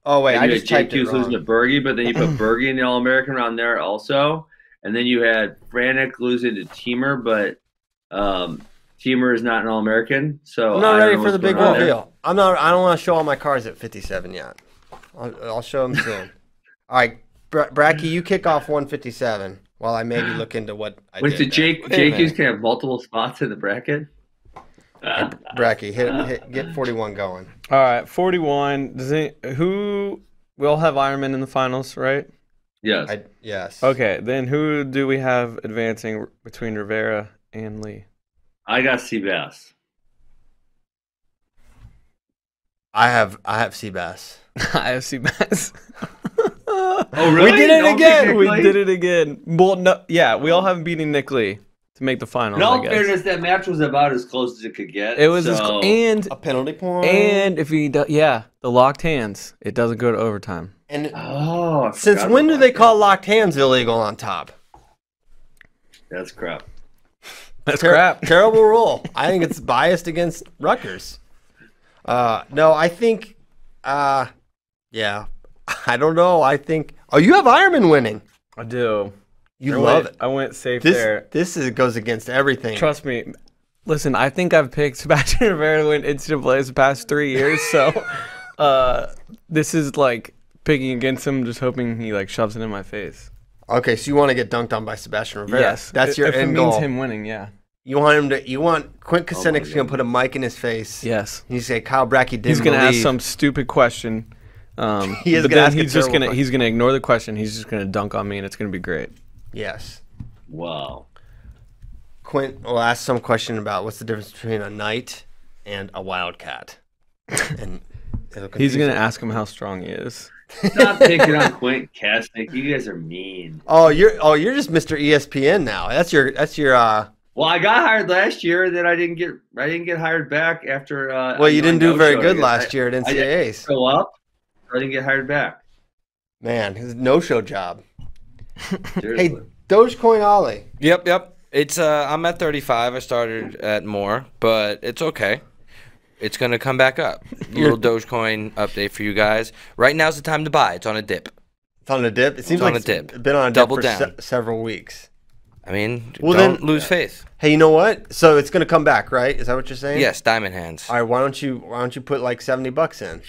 Oh wait, and I you just typed it JQs losing to wrong. Bergie, but then you put Bergie in the All American round there also. And then you had Franek losing to Teamer, but um, Teamer is not an All American. So I'm not I don't ready know for what's the big going on there. reveal. I'm not. I don't want to show all my cars at 57 yet. I'll, I'll show them soon. all right, Bra- Bracky, you kick off 157 while I maybe look into what I Wait, so did. there. Jake, Wait a JQs minute. can have multiple spots in the bracket? Bracky, hit, hit get 41 going. All right, forty-one. Does any, who we all have Ironman in the finals, right? Yes. I yes. Okay, then who do we have advancing between Rivera and Lee? I got Seabass. I have I have Seabass. I have Seabass. Oh, really? We did it Don't pick again. Nick We Lee? did it again. Well, no, yeah, we all have him beating Nick Lee to make the final. In all Oh, I guess. fairness, that match was about as close as it could get. it was so, as cl- and A penalty point. and if he do, yeah the locked hands, it doesn't go to overtime. and Oh, I since forgot when do about they that. call locked hands illegal on top? That's crap. That's Ter- crap. terrible rule. I think it's biased against Rutgers. Uh, no, I think, uh, yeah, I don't know. I think. Oh, you have Ironman winning. I do. You I love it. went, I went safe This there. this is, goes against everything. Trust me. Listen, I think I've picked Sebastian Rivera to win instant plays the past three years, so uh, this is like picking against him, just hoping he like shoves it in my face. Okay, so you want to get dunked on by Sebastian Rivera? yes, that's if- your if end it goal. means him winning. Yeah. You want him to. You want Quint my Kucinic's gonna God. put a mic in his face. Yes. And you say Kyle Brackey didn't. He's gonna ask believe." some stupid question. Um, He is but gonna then ask a he's just terrible gonna question. he's gonna ignore the question. He's just gonna dunk on me, and it's gonna be great. Yes. Wow. Quint will ask some question about what's the difference between a knight and a wildcat. and it'll He's confuse gonna him. ask him how strong he is. Stop picking on Quint Kastnick. You guys are mean. Oh, you're oh you're just Mr. ESPN now. That's your that's your. uh Well, I got hired last year, then I didn't get I didn't get hired back after. Uh, Well, you I didn't do very no-showed. good I- last year at I didn't NCAA's. show up. so I didn't get hired back. Man, his no-show job. Hey, Seriously. Dogecoin Ollie. Yep, yep. It's uh, I'm at 35. I started at more, but it's okay. It's gonna come back up. Little Dogecoin update for you guys. Right now's the time to buy. It's on a dip. It's on a dip. It seems on like a it's dip. been on a Double dip for se- down. several weeks. I mean, Well, don't then- lose faith. Hey, you know what? So it's gonna come back, right? Is that what you're saying? Yes, diamond hands. All right. Why don't you why don't you put like seventy bucks in?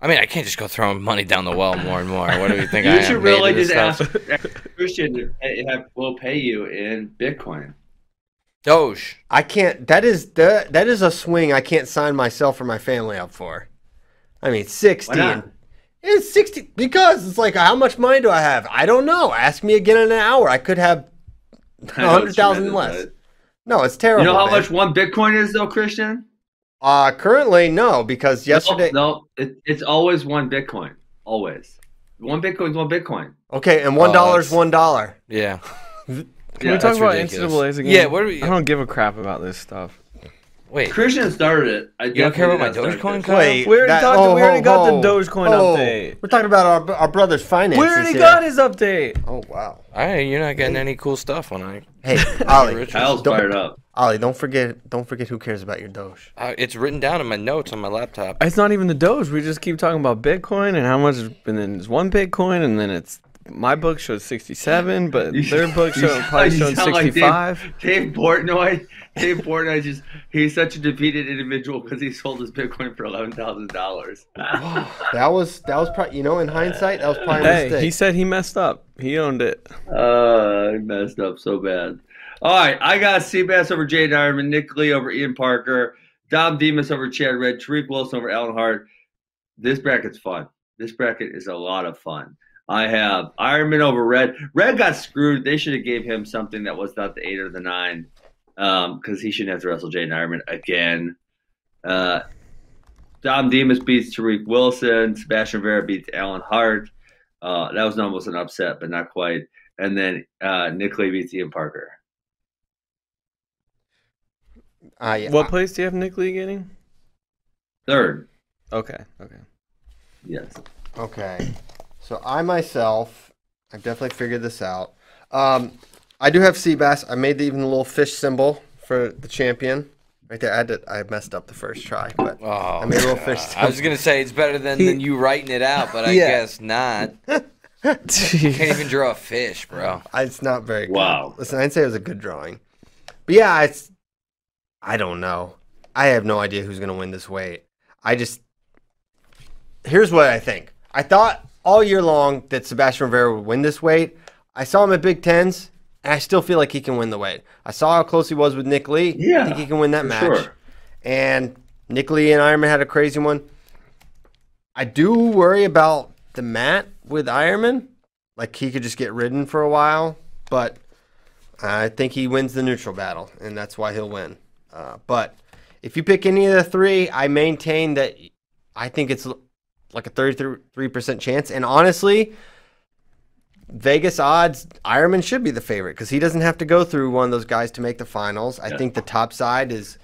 I mean, I can't just go throwing money down the well more and more. What do you think? I you am, should made really of this just ask stuff? Christian. and have- We'll pay you in Bitcoin. Doge. I can't. That is the that is a swing I can't sign myself or my family up for. I mean, sixty. not? and- It's sixty because it's like how much money do I have? I don't know. Ask me again in an hour. I could have I know it's 100,000 tremendous, less. but- no. It's terrible. You know how man. much one Bitcoin is, though, Christian? Uh currently no, because yesterday. No, no it, it's always one Bitcoin. Always. One Bitcoin's one Bitcoin. Okay, and one dollar is that's- one dollar. Yeah. Can we Yeah, talk that's about ridiculous. NCAA's again? Yeah, what are we- I don't give a crap about this stuff. Wait. Christian started it. I You don't care about my definitely did Dogecoin? not start Kyle? Wait, We already talked- we already got the ho. Dogecoin update. oh. We're talking about our, our brother's finances. We already here. got his update. Oh wow. All right, you're not getting any cool stuff when I. Hey, Ollie, Rich. this. Kyle's Don't- fired up. Ollie, don't forget, don't forget who cares about your Doge. Uh, it's written down in my notes on my Oh, laptop. It's not even the Doge. We just keep talking about Bitcoin and how much, and then it's one Bitcoin, and then it's my book shows sixty-seven, but their book You show sound- probably you showing sound like Dave- sixty-five. Dave, Portnoy. Dave Portnoy just, he's such a defeated individual because he sold his Bitcoin for $11,000. That was that was probably you know in hindsight that was probably a Hey, mistake. he said he messed up. He owned it. Uh, I messed up so bad. All right, I got Seabass over Jay Diamond, Nick Lee over Ian Parker, Dom Demas over Chad Red, Tariq Wilson over Alan Hart. This bracket's fun. This bracket is a lot of fun. I have Ironman over Red. Red got screwed. They should have gave him something that was not the eight or the nine, um, because he shouldn't have to wrestle Jay Ironman again. Uh, Dom Demas beats Tariq Wilson. Sebastian Rivera beats Alan Hart. Uh, that was almost an upset, but not quite. And then uh, Nick Lee beats Ian Parker. Ah, yeah. What place do you have Nick Lee getting? Third, Okay, okay. yes. Okay, so I myself, I definitely figured this out. Um, I do have sea bass. I made even the little fish symbol for the champion right there. I had to, I messed up the first try, but Oh, I made a little fish. I was gonna say it's better than, than you writing it out, but I Yeah. guess not. Can't even draw a fish, bro. I- It's not very good. Wow. Listen, I'd say it was a good drawing. But yeah, it's I don't know. I have no idea who's gonna win this weight. I just here's what I think. I thought all year long that Sebastian Rivera would win this weight. I saw him at Big Tens, and I still feel like he can win the weight. I saw how close he was with Nick Lee. I Yeah, think he can win that for match. sure. And Nick Lee and Ironman had a crazy one. I do worry about the mat with Ironman. Like he could just get ridden for a while, but I think he wins the neutral battle, and that's why he'll win. Uh, but if you pick any of the three, I maintain that I think it's l- like a 33% chance. And honestly, Vegas odds, Ironman should be the favorite because he doesn't have to go through one of those guys to make the finals. I think the top side is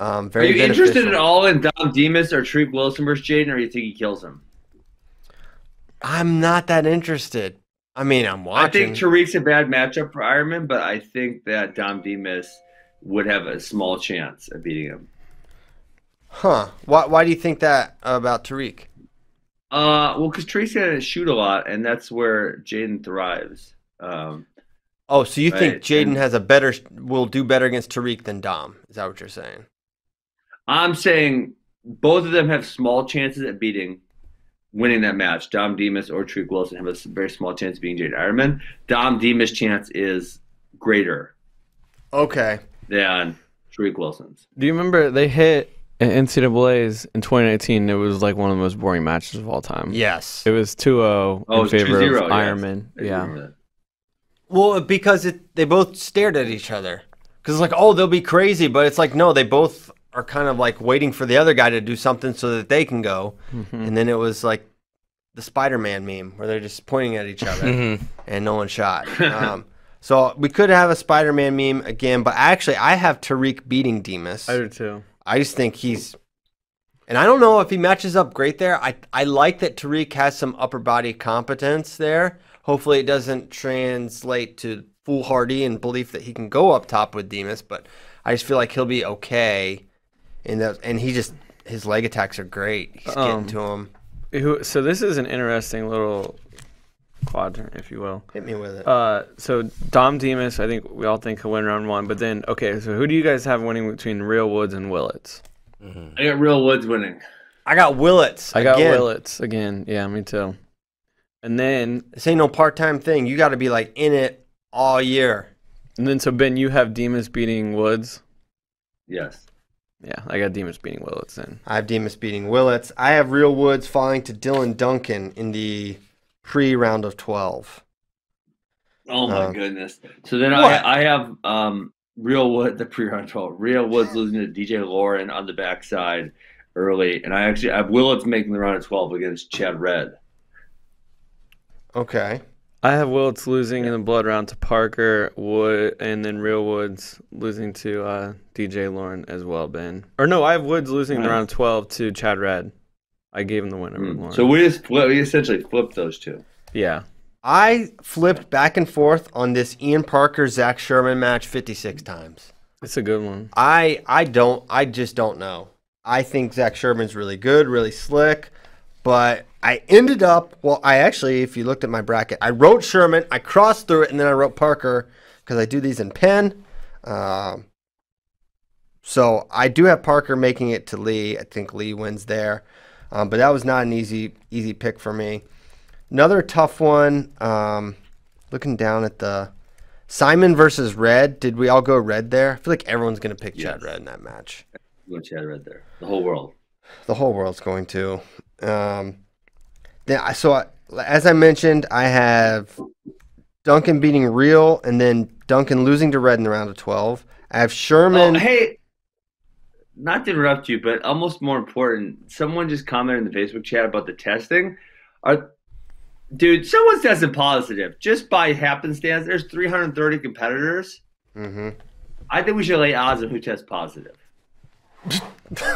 um, Are very you interested at beneficial. all in Dom Demas or Tariq Wilson versus Jaden, or you think he kills him? I'm not that interested. I mean, I'm watching. I think Tariq's a bad matchup for Ironman, but I think that Dom Demas would have a small chance of beating him. huh? Why, why do you think that about Tariq? Uh, well, because Tariq's gonna shoot a lot, and that's where Jaden thrives. Um, Oh, so you think Right, Jaden and- has a better will do better against Tariq than Dom? Is that what you're saying? I'm saying both of them have small chances at beating, winning that match. Dom Demas or Tariq Wilson have a s- very small chance of being Jaden Ironman. Dom Demas' chance is greater Okay. than Tariq Wilson's. Do you remember they hit at NCAA's in 2019? It was like one of the most boring matches of all time. Yes. It was 2-0 Oh, in it's 2 favor 0. of Ironman. Yeah. Well, because it, they both stared at each other. Because like, oh, they'll be crazy, but it's like, no, they both are kind of like waiting for the other guy to do something so that they can go. And then it was like the Spider-Man meme where they're just pointing at each other Mm-hmm. and no one shot. Um, so we could have a Spider-Man meme again, but actually, I have Tariq beating Demas. do too. I just think he's, and I don't know if he matches up great there. I I like that Tariq has some upper body competence there. Hopefully, it doesn't translate to foolhardy and belief that he can go up top with Demas. But I just feel like he'll be okay. And that, and he just his leg attacks are great. He's Um, getting to him. Who- So this is an interesting little quadrant, if you will. Hit me with it. Uh, so Dom Demas, I think we all think he'll win round one. But then, okay, so who do you guys have winning between Real Woods and Willits? I got Real Woods winning. I got Willits. I got again. Willits again. Yeah, me too. And then, This ain't no part time thing. You got to be like in it all year. and then, so Ben, you have Demas beating Woods. Yes. Yeah, I got Demas beating Willits then. I have Demas beating Willits. I have Real Woods falling to Dylan Duncan in the pre round of 12. Oh my Uh-huh. Uh, goodness. So then what? I, I have um Real Wood the pre round twelve. Real Woods losing to DJ Lauren on the backside early. And I actually I have Willits making the round of twelve against Chad Red. Okay. I have Willits losing in the blood round to Parker Wood, and then Real Woods losing to uh, DJ Lauren as well. Ben, or no, I have Woods losing in the round of twelve to Chad Red. I gave him the win over Mm. Lauren. So we just flip, we essentially flipped those two. yeah, I flipped back and forth on this Ian Parker Zach Sherman match 56 times. it's a good one. I I don't I just don't know. I think Zach Sherman's really good, really slick, but I ended up well. I actually, if you looked at my bracket, I wrote Sherman, I crossed through it, and then I wrote Parker because I do these in pen. Um, so I do have Parker making it to Lee. I think Lee wins there, um, but that was not an easy easy pick for me. Another tough one. Um, looking down at the Simon versus Red. Did we all go Red there? I feel like everyone's gonna pick Chad Yes. Red in that match. You and Chad Red there. The whole world. The whole world's going to. Um, then I so I, as I mentioned, I have Duncan beating Real, and then Duncan losing to Red in the round of twelve. I have Sherman. Oh, hey, not to interrupt you, but almost more important, someone just commented in the Facebook chat about the testing. Are dude, someone's tested positive just by happenstance. There's 330 competitors. Mhm. I think we should lay odds on who tests positive.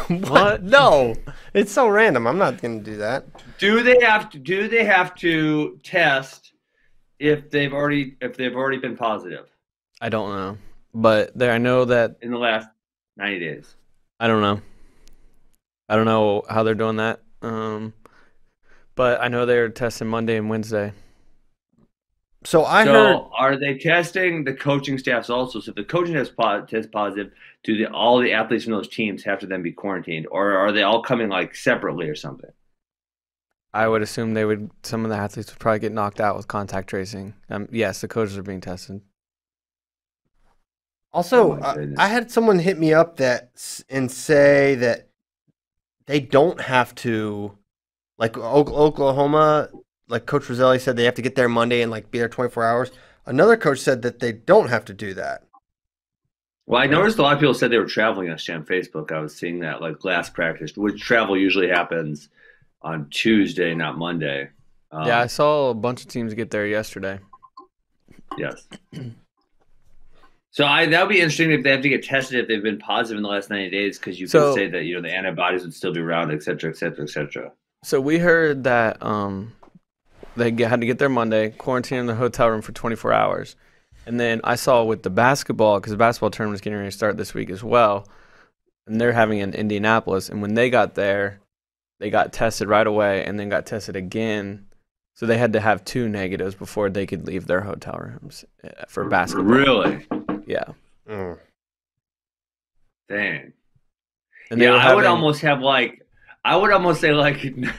What? No, it's so random. I'm not gonna do that. Do they have to? Do they have to test if they've already if they've already been positive I don't know, but there I know that in the last 90 days? I don't know. I don't know how they're doing that. Um, but I know they're testing Monday and Wednesday. So I so heard. are they testing the coaching staffs also? So if the coaching has po- test positive, do the, all the athletes from those teams have to then be quarantined, or are they all coming like separately or something? I would assume they would. Some of the athletes would probably get knocked out with contact tracing. Um, yes, the coaches are being tested. Also, uh, Oh my I, goodness. I had someone hit me up that s- and say that they don't have to, like O- Oklahoma, like Coach Roselli said, they have to get there Monday and like be there 24 hours. Another coach said that they don't have to do that. Well, I noticed a lot of people said they were traveling yesterday on Facebook. I was seeing that like last practice, which travel usually happens on Tuesday, not Monday. Um, yeah, I saw a bunch of teams get there yesterday. Yes. So I that would be interesting if they have to get tested if they've been positive in the last ninety days because you So- could say that you know the antibodies would still be around, et cetera, et cetera, et cetera. So we heard that um, they g had to get there Monday, quarantine in the hotel room for 24 hours. And then I saw with the basketball, because the basketball tournament's getting ready to start this week as well, and they're having it in Indianapolis. And when they got there, they got tested right away and then got tested again. So they had to have two negatives before they could leave their hotel rooms uh, for basketball. Really? Yeah. Mm. Dang. And yeah, they were I would having- almost have like, I would almost say like, if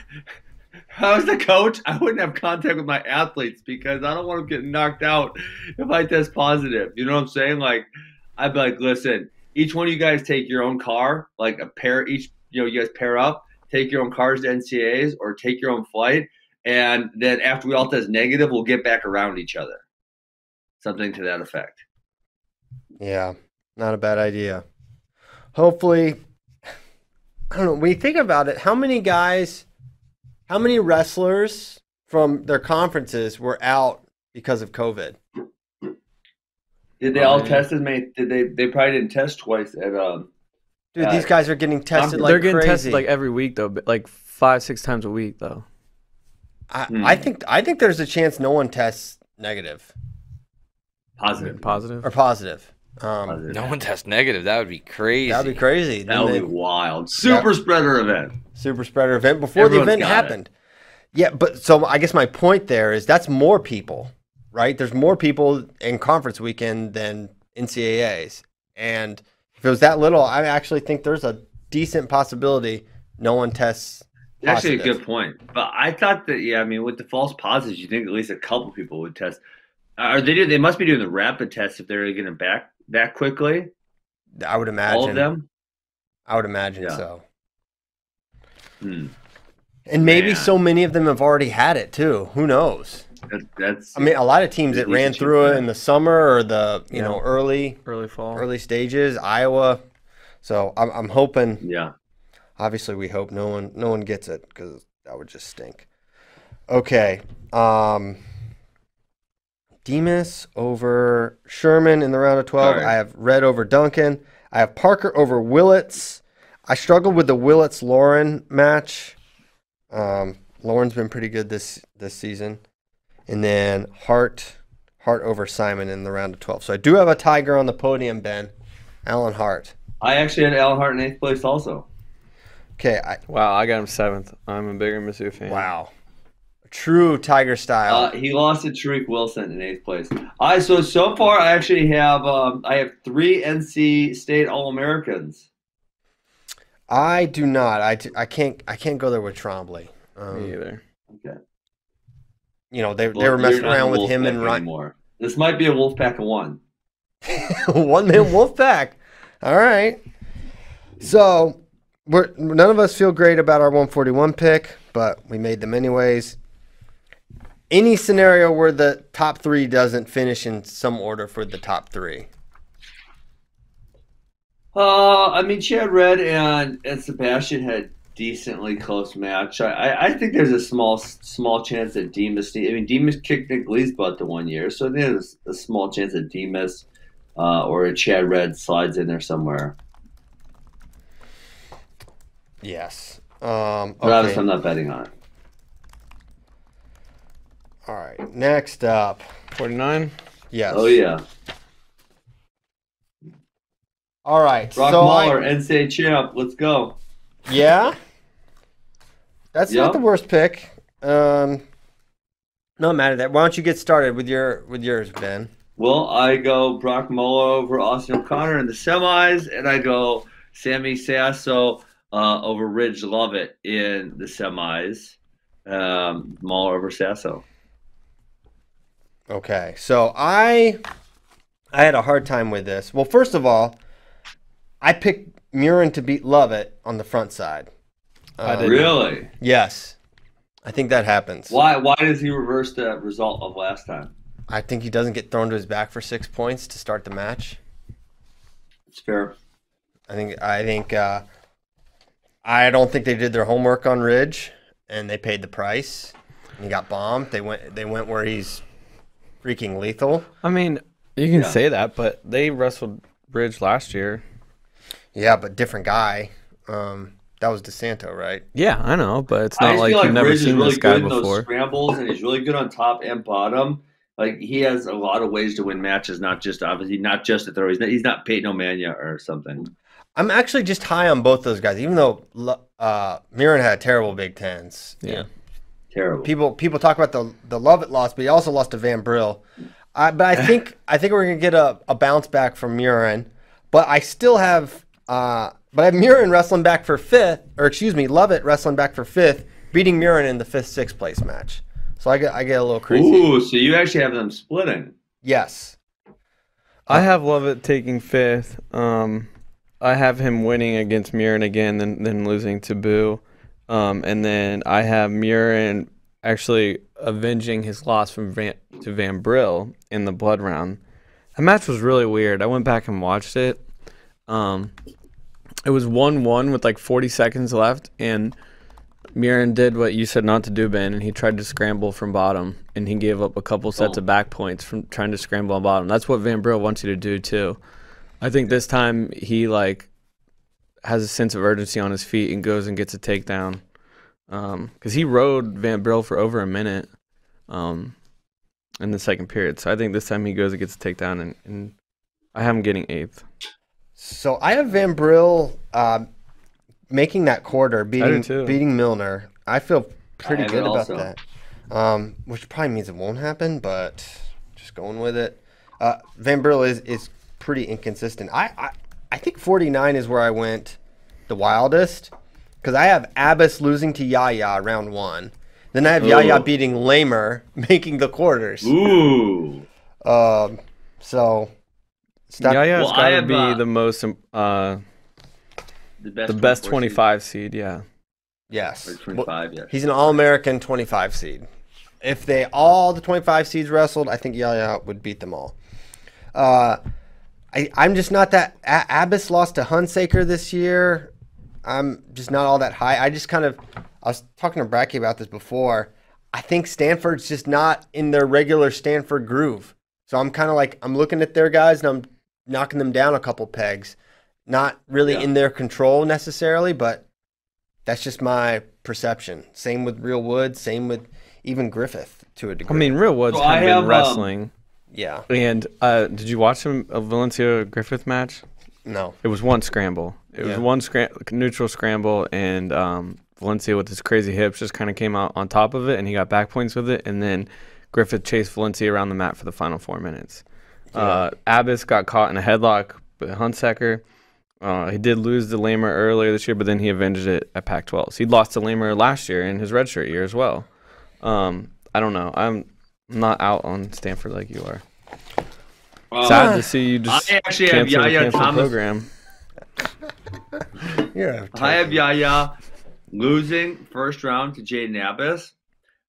I was the coach, I wouldn't have contact with my athletes because I don't want them getting knocked out if I test positive. You know what I'm saying? Like, I'd be like, listen, each one of you guys take your own car, like a pair each. You know, you guys pair up, take your own cars to NCAs or take your own flight, and then after we all test negative, we'll get back around each other. Something to that effect. Yeah, not a bad idea. Hopefully, I don't know. When you think about it, how many guys, how many wrestlers from their conferences were out because of COVID? Did Oh, they all test as many? Did they? They probably didn't test twice at um. Dude, Yeah. these guys are getting tested They're like they're getting crazy. tested like every week though, but, like five six times a week though. I, Hmm. I think I think there's a chance no one tests negative Positive. Positive. or positive. Um, Positive. No one tests negative. That would be crazy. that'd be crazy. That would Then be they- wild. Super spreader event. super spreader event before Everyone's the event got it. happened. Yeah, but so I guess my point there is that's more people, right? There's more people in conference weekend than NCAAs. And if it was that little, I actually think there's a decent possibility no one tests. Actually, a positive. good point. But I thought that yeah, I mean, with the false positives, you think at least a couple people would test. Uh, Are they? do- They must be doing the rapid test if they're getting them back that quickly. I would imagine. All of them. I would imagine Yeah. so. Hmm. And maybe Man. so many of them have already had it too. Who knows? Hmm. That, that's. I mean, a lot of teams that Easy ran to through choose. it in the summer or the you Yeah. know early Early fall. early stages, Iowa. So I'm, I'm hoping yeah. obviously we hope no one no one gets it because that would just stink okay um demas over sherman in the round of 12 All right. i have red over duncan i have parker over willits i struggled with the willits lauren match um lauren's been pretty good this this season and then hart hart over simon in the round of 12 so i do have a tiger on the podium ben alan hart I actually had Alan Hart in eighth place also. okay i Wow, I got him seventh. I'm a bigger Mizzou fan. Wow. True Tiger style. Uh, he lost to Tariq Wilson in eighth place. I so so far I actually have um, I have three NC State All Americans. I do not. I, t- I can't. I can't go there with Trombley. Um, Me either. Okay. You know they, Well, they were you're messing not around a with him and Wolfpack Ryan. anymore. This might be a wolf pack of one. One man wolf pack. All right. So we're none of us feel great about our 141 pick, but we made them anyways. Any scenario where the top three doesn't finish in some order for the top three. Uh, I mean, Chad Red and, and Sebastian had decently close match. I, I, I think there's a small small chance that Demas. I mean, Demas kicked Nick Lee's butt the one year, so there's a small chance that Demas uh, or a Chad Red slides in there somewhere. Yes. Um, But okay. obviously, I'm not betting on it. All right. Next up. 49. Yes. Oh yeah, All right. Brock so I- Mahler, NCAA champ. Let's go. Yeah. That's Yeah. not the worst pick. Um not mad at that. Why don't you get started with your with yours, Ben? Well, I go Brock Muller over Austin O'Connor in the semis, and I go Sammy Sasso uh, over Ridge Lovett in the semis. Um, Muller over Sasso. Okay. So I I had a hard time with this. Well, first of all, I picked Murin to beat Lovett on the front side. I Um, did. Really? Yes. I think that happens. Why? Why does he reverse the result of last time? I think he doesn't get thrown to his back for six points to start the match. It's fair. I think I think uh, I don't think they did their homework on Ridge, and they paid the price. And he got bombed. They went they went where he's freaking lethal. I mean, you can Yeah. say that, but they wrestled Bridge last year. Yeah, but different guy. Um, that was DeSanto, right? Yeah, I know, but it's I not just like feel you've like never Ridge is seen really this guy good in those before. scrambles, and he's really good on top and bottom. Like he has a lot of ways to win matches, not just obviously not just to throw. He's not, he's not Peyton Omania or something. I'm actually just high on both those guys, even though Lo- uh, Mirren had terrible Big Tens. yeah. Terrible. People people talk about the the Lovett loss, but he also lost to Van Brill. I, but I think I think we're gonna get a, a bounce back from Murin. But I still have uh, but I have Murin wrestling back for fifth, or excuse me, Lovett wrestling back for fifth, beating Murin in the fifth sixth place match. So I get I get a little crazy. Ooh, so you actually have them splitting. Yes. I have Lovett taking fifth. Um, I have him winning against Murin again, then then losing to Boo, um, and then I have Murin actually avenging his loss from Van to Van Brill in the blood round. The match was really weird. I went back and watched it. Um, it was one one with like forty seconds left, and Murin did what you said not to do, Ben, and he tried to scramble from bottom, and he gave up a couple sets of back points from trying to scramble on bottom. That's what Van Brill wants you to do too. I think this time he like has a sense of urgency on his feet and goes and gets a takedown because he rode Van Brill for over a minute um, in the second period. So I think this time he goes and gets a takedown, and, and I have him getting eighth. So I have Van Brill um, making that quarter, beating too. beating Milner. I feel pretty I have it good about also. that, um, which probably means it won't happen. But just going with it, uh, Van Brill is is pretty inconsistent. I I, I think forty nine is where I went the wildest because I have Abbas losing to Yaya round one. Then I have Yaya Ooh. beating Lamer, making the quarters. Ooh. Um, so stop. Yaya's Well, I got to have, be uh, the most um, uh, The best, the best 24 seed. 25 seed. Yeah. Yes. Or 25, yeah. He's an All American 25 seed. If they all the 25 seeds wrestled, I think Yaya would beat them all. Uh, I, I'm just not that. A- Abbas lost to Hunsaker this year. I'm just not all that high. I just kind of. I was talking to Bracky about this before. I think Stanford's just not in their regular Stanford groove. So I'm kind of like I'm looking at their guys and I'm knocking them down a couple pegs. Not really in their control necessarily, but that's just my perception. Same with Real Wood, same with even Griffith to a I degree. mean, Real Wood's So kind I of been have, um, wrestling. yeah, And uh, did you watch him a Valencia Griffith match? no. It was one scramble. It was Yeah. one scram- neutral scramble, and um, Valencia with his crazy hips just kind of came out on top of it, and he got back points with it. And then Griffith chased Valencia around the mat for the final four minutes. Uh, Abbas got caught in a headlock with Hunsaker. Uh, he did lose to Lamer earlier this year, but then he avenged it at Pac-12. So he lost to Lamer last year in his redshirt year as well. Um, I don't know. I'm not out on Stanford like you are. Wow. Sad to see you just I actually have cancel the Yaya cancel Thomas. program. Yeah. I have Yaya losing first round to Jaden Abbas,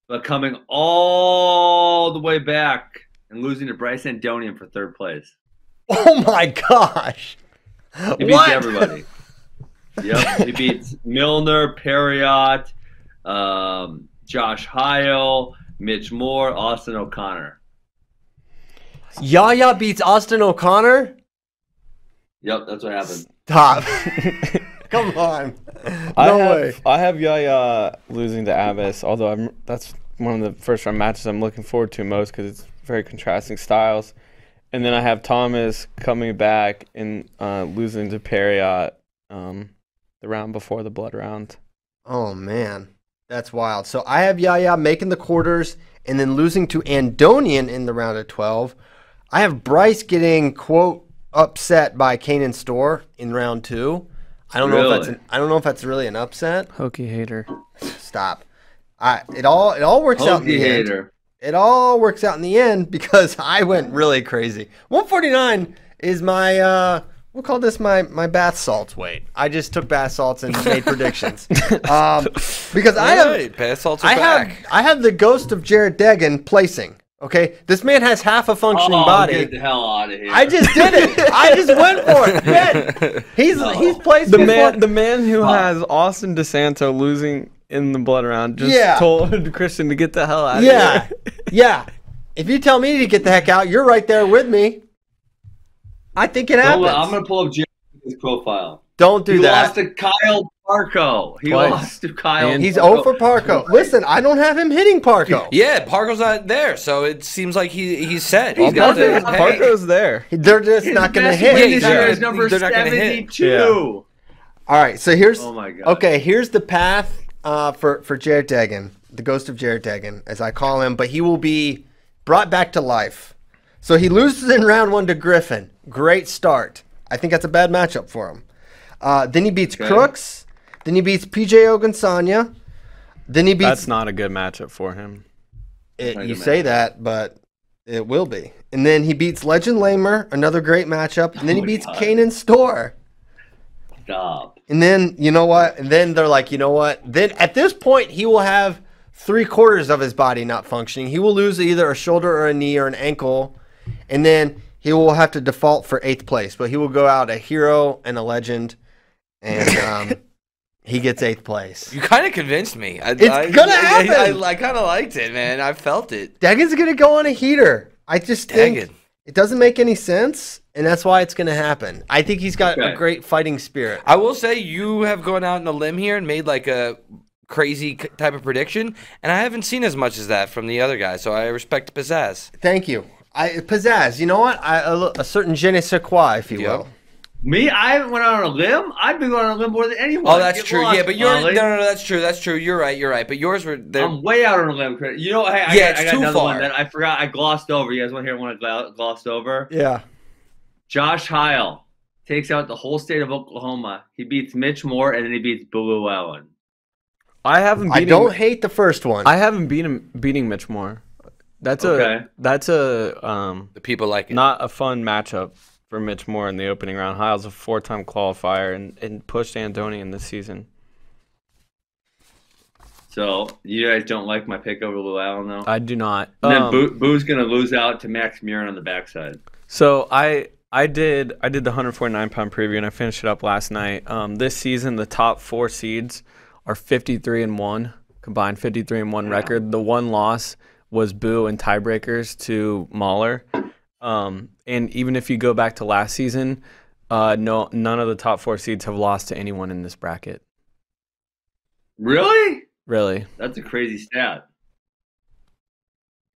but coming all the way back and losing to Bryce Andonian for third place. Oh my gosh. He beats What? everybody. Yep, he beats Milner, Perriott, um, Josh Heil, Mitch Moore, Austin O'Connor. Yaya beats Austin O'Connor? Yep, that's what happened. Stop. Come on. I No have, way. I have Yaya losing to Abbas, although I'm that's one of the first round matches I'm looking forward to most because it's very contrasting styles. And then I have Thomas coming back and uh, losing to Perriott um, the round before the blood round. Oh man. That's wild. So I have Yaya making the quarters and then losing to Andonian in the round of 12. I have Bryce getting quote upset by Kanan Store in round 2. I don't know if that's Really? an, I don't know if that's really an upset. Hokey hater. Stop. I it all it all works out in Hokey the end. hater. it all works out in the end because I went really crazy. 149 is my uh we'll call this my my bath salts weight. I just took bath salts and made predictions. Um because I All right, have pass salts are I back. have I have the ghost of Jared Deggan placing. Okay? This man has half a functioning Oh, body. get the hell out of here. I just did it. I just went for it. Ben, he's he's placed The before- man, the man who has Austin DeSanto losing in the blood round just Yeah. told Christian to get the hell out of Yeah. here. yeah. If you tell me to get the heck out, you're right there with me. I think it Don't happens. let- I'm going to pull up Jerry's profile. Don't do he that. lost to Kyle Parco. He Twice. lost to Kyle. And- He's 0 Parco. for Parco. Listen, I don't have him hitting Parco. Yeah, Parko's not there, so it seems like he he's set. He's Well, got Parker, to pay. Parker's there. They're just His not going to best hit. win Yeah, This yeah. year is number They're not gonna hit. 72. Yeah. All right, so here's Oh my God. Okay, here's the path uh, for for Jared Deggan. the ghost of Jared Daggan, as I call him, but he will be brought back to life. So he loses in round one to Griffin. Great start. I think that's a bad matchup for him. Uh, then he beats Crooks. Then he beats PJ Ogunsanya. Then he beats That's not a good matchup for him. it, you say that, but it will be. And then he beats Legend Lamer, another great matchup. And then he my beats God. Kanan Store. Stop. And then you know what? And then they're like, you know what? Then at this point, he will have three quarters of his body not functioning. He will lose either a shoulder or a knee or an ankle, and then he will have to default for eighth place. But he will go out a hero and a legend, and um, he gets eighth place. You kind of convinced me. I, It's I- gonna I- happen. I, I, kind of liked it, man. I felt it. Dagon's gonna go on a heater. I just think Dagon. it doesn't make any sense, and that's why it's gonna happen. I think he's got Okay. a great fighting spirit. I will say you have gone out on a limb here and made like a crazy c- type of prediction, and I haven't seen as much as that from the other guy. So I respect pizzazz. Thank you. I pizzazz. You know what? I, a, l- a certain je ne sais quoi, if you Yep. will. Me, I haven't went out on a limb. I've been going on a limb more than anyone. Oh, that's Get true. lost, Yeah, but you're no, Ollie. no, no. That's true. That's true. You're right. You're right. But yours were they're I'm way out on a limb. Chris. You know, hey, I, got, Yeah, it's I got too another one far. that I forgot. I glossed over. You guys want to hear one I gla- glossed over? Yeah. Josh Heil takes out the whole state of Oklahoma. He beats Mitch Moore and then he beats Boo Allen. I haven't. I Beating, don't hate the first one. I haven't beat him beating Mitch Moore. That's Okay. a that's a um the people like it. not a fun matchup for Mitch Moore in the opening round. Hiles a four time qualifier and, and pushed Andonian this season. So you guys don't like my pick over Lou Allen though. I do not. and then um, Boo, Boo's gonna lose out to Max Murin on the backside. So I I did I did the 149 pound preview and I finished it up last night. Um, this season the top four seeds are 53 and one combined 53 and one record. The one loss was Boo and tiebreakers to Mahler. Um, and even if you go back to last season, uh, no none of the top four seeds have lost to anyone in this bracket. Really? Really, That's a crazy stat.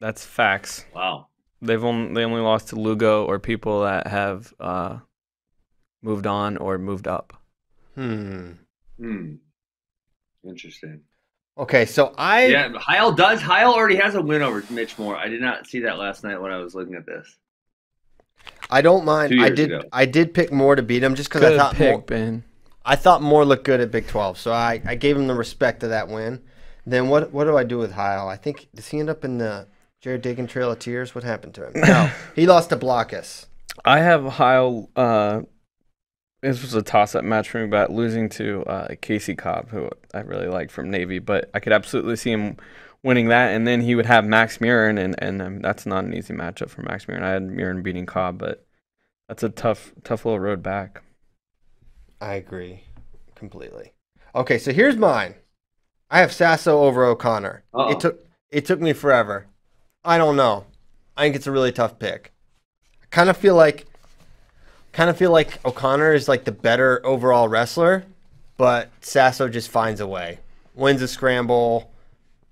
that's facts. Wow. They've only they only lost to Lugo or people that have uh, moved on or moved up. hmm. Hmm. Interesting. Okay, so I Yeah, Heil does. Heil already has a win over Mitch Moore. I did not see that last night when I was looking at this. I don't mind. Two I years did ago. I did pick Moore to beat him just because I Good thought pick, Moore, Ben. I thought Moore looked good at Big Twelve, so I, I gave him the respect of that win. Then what what do I do with Heil? I think does he end up in the Jared Dagan Trail of Tears? What happened to him? No, he lost to Blockus. I have Heil. Uh, this was a toss-up match for me, but losing to uh, Casey Cobb, who I really like from Navy. But I could absolutely see him winning that, and then he would have Max Mirren, and and um, that's not an easy matchup for Max Mirren. I had Mirren beating Cobb, but that's a tough, tough little road back. I agree completely. Okay, so here's mine. I have Sasso over O'Connor. Uh-oh. It took it took me forever. I don't know. I think it's a really tough pick. I kind of feel like kind of feel like O'Connor is like the better overall wrestler, but Sasso just finds a way. Wins a scramble,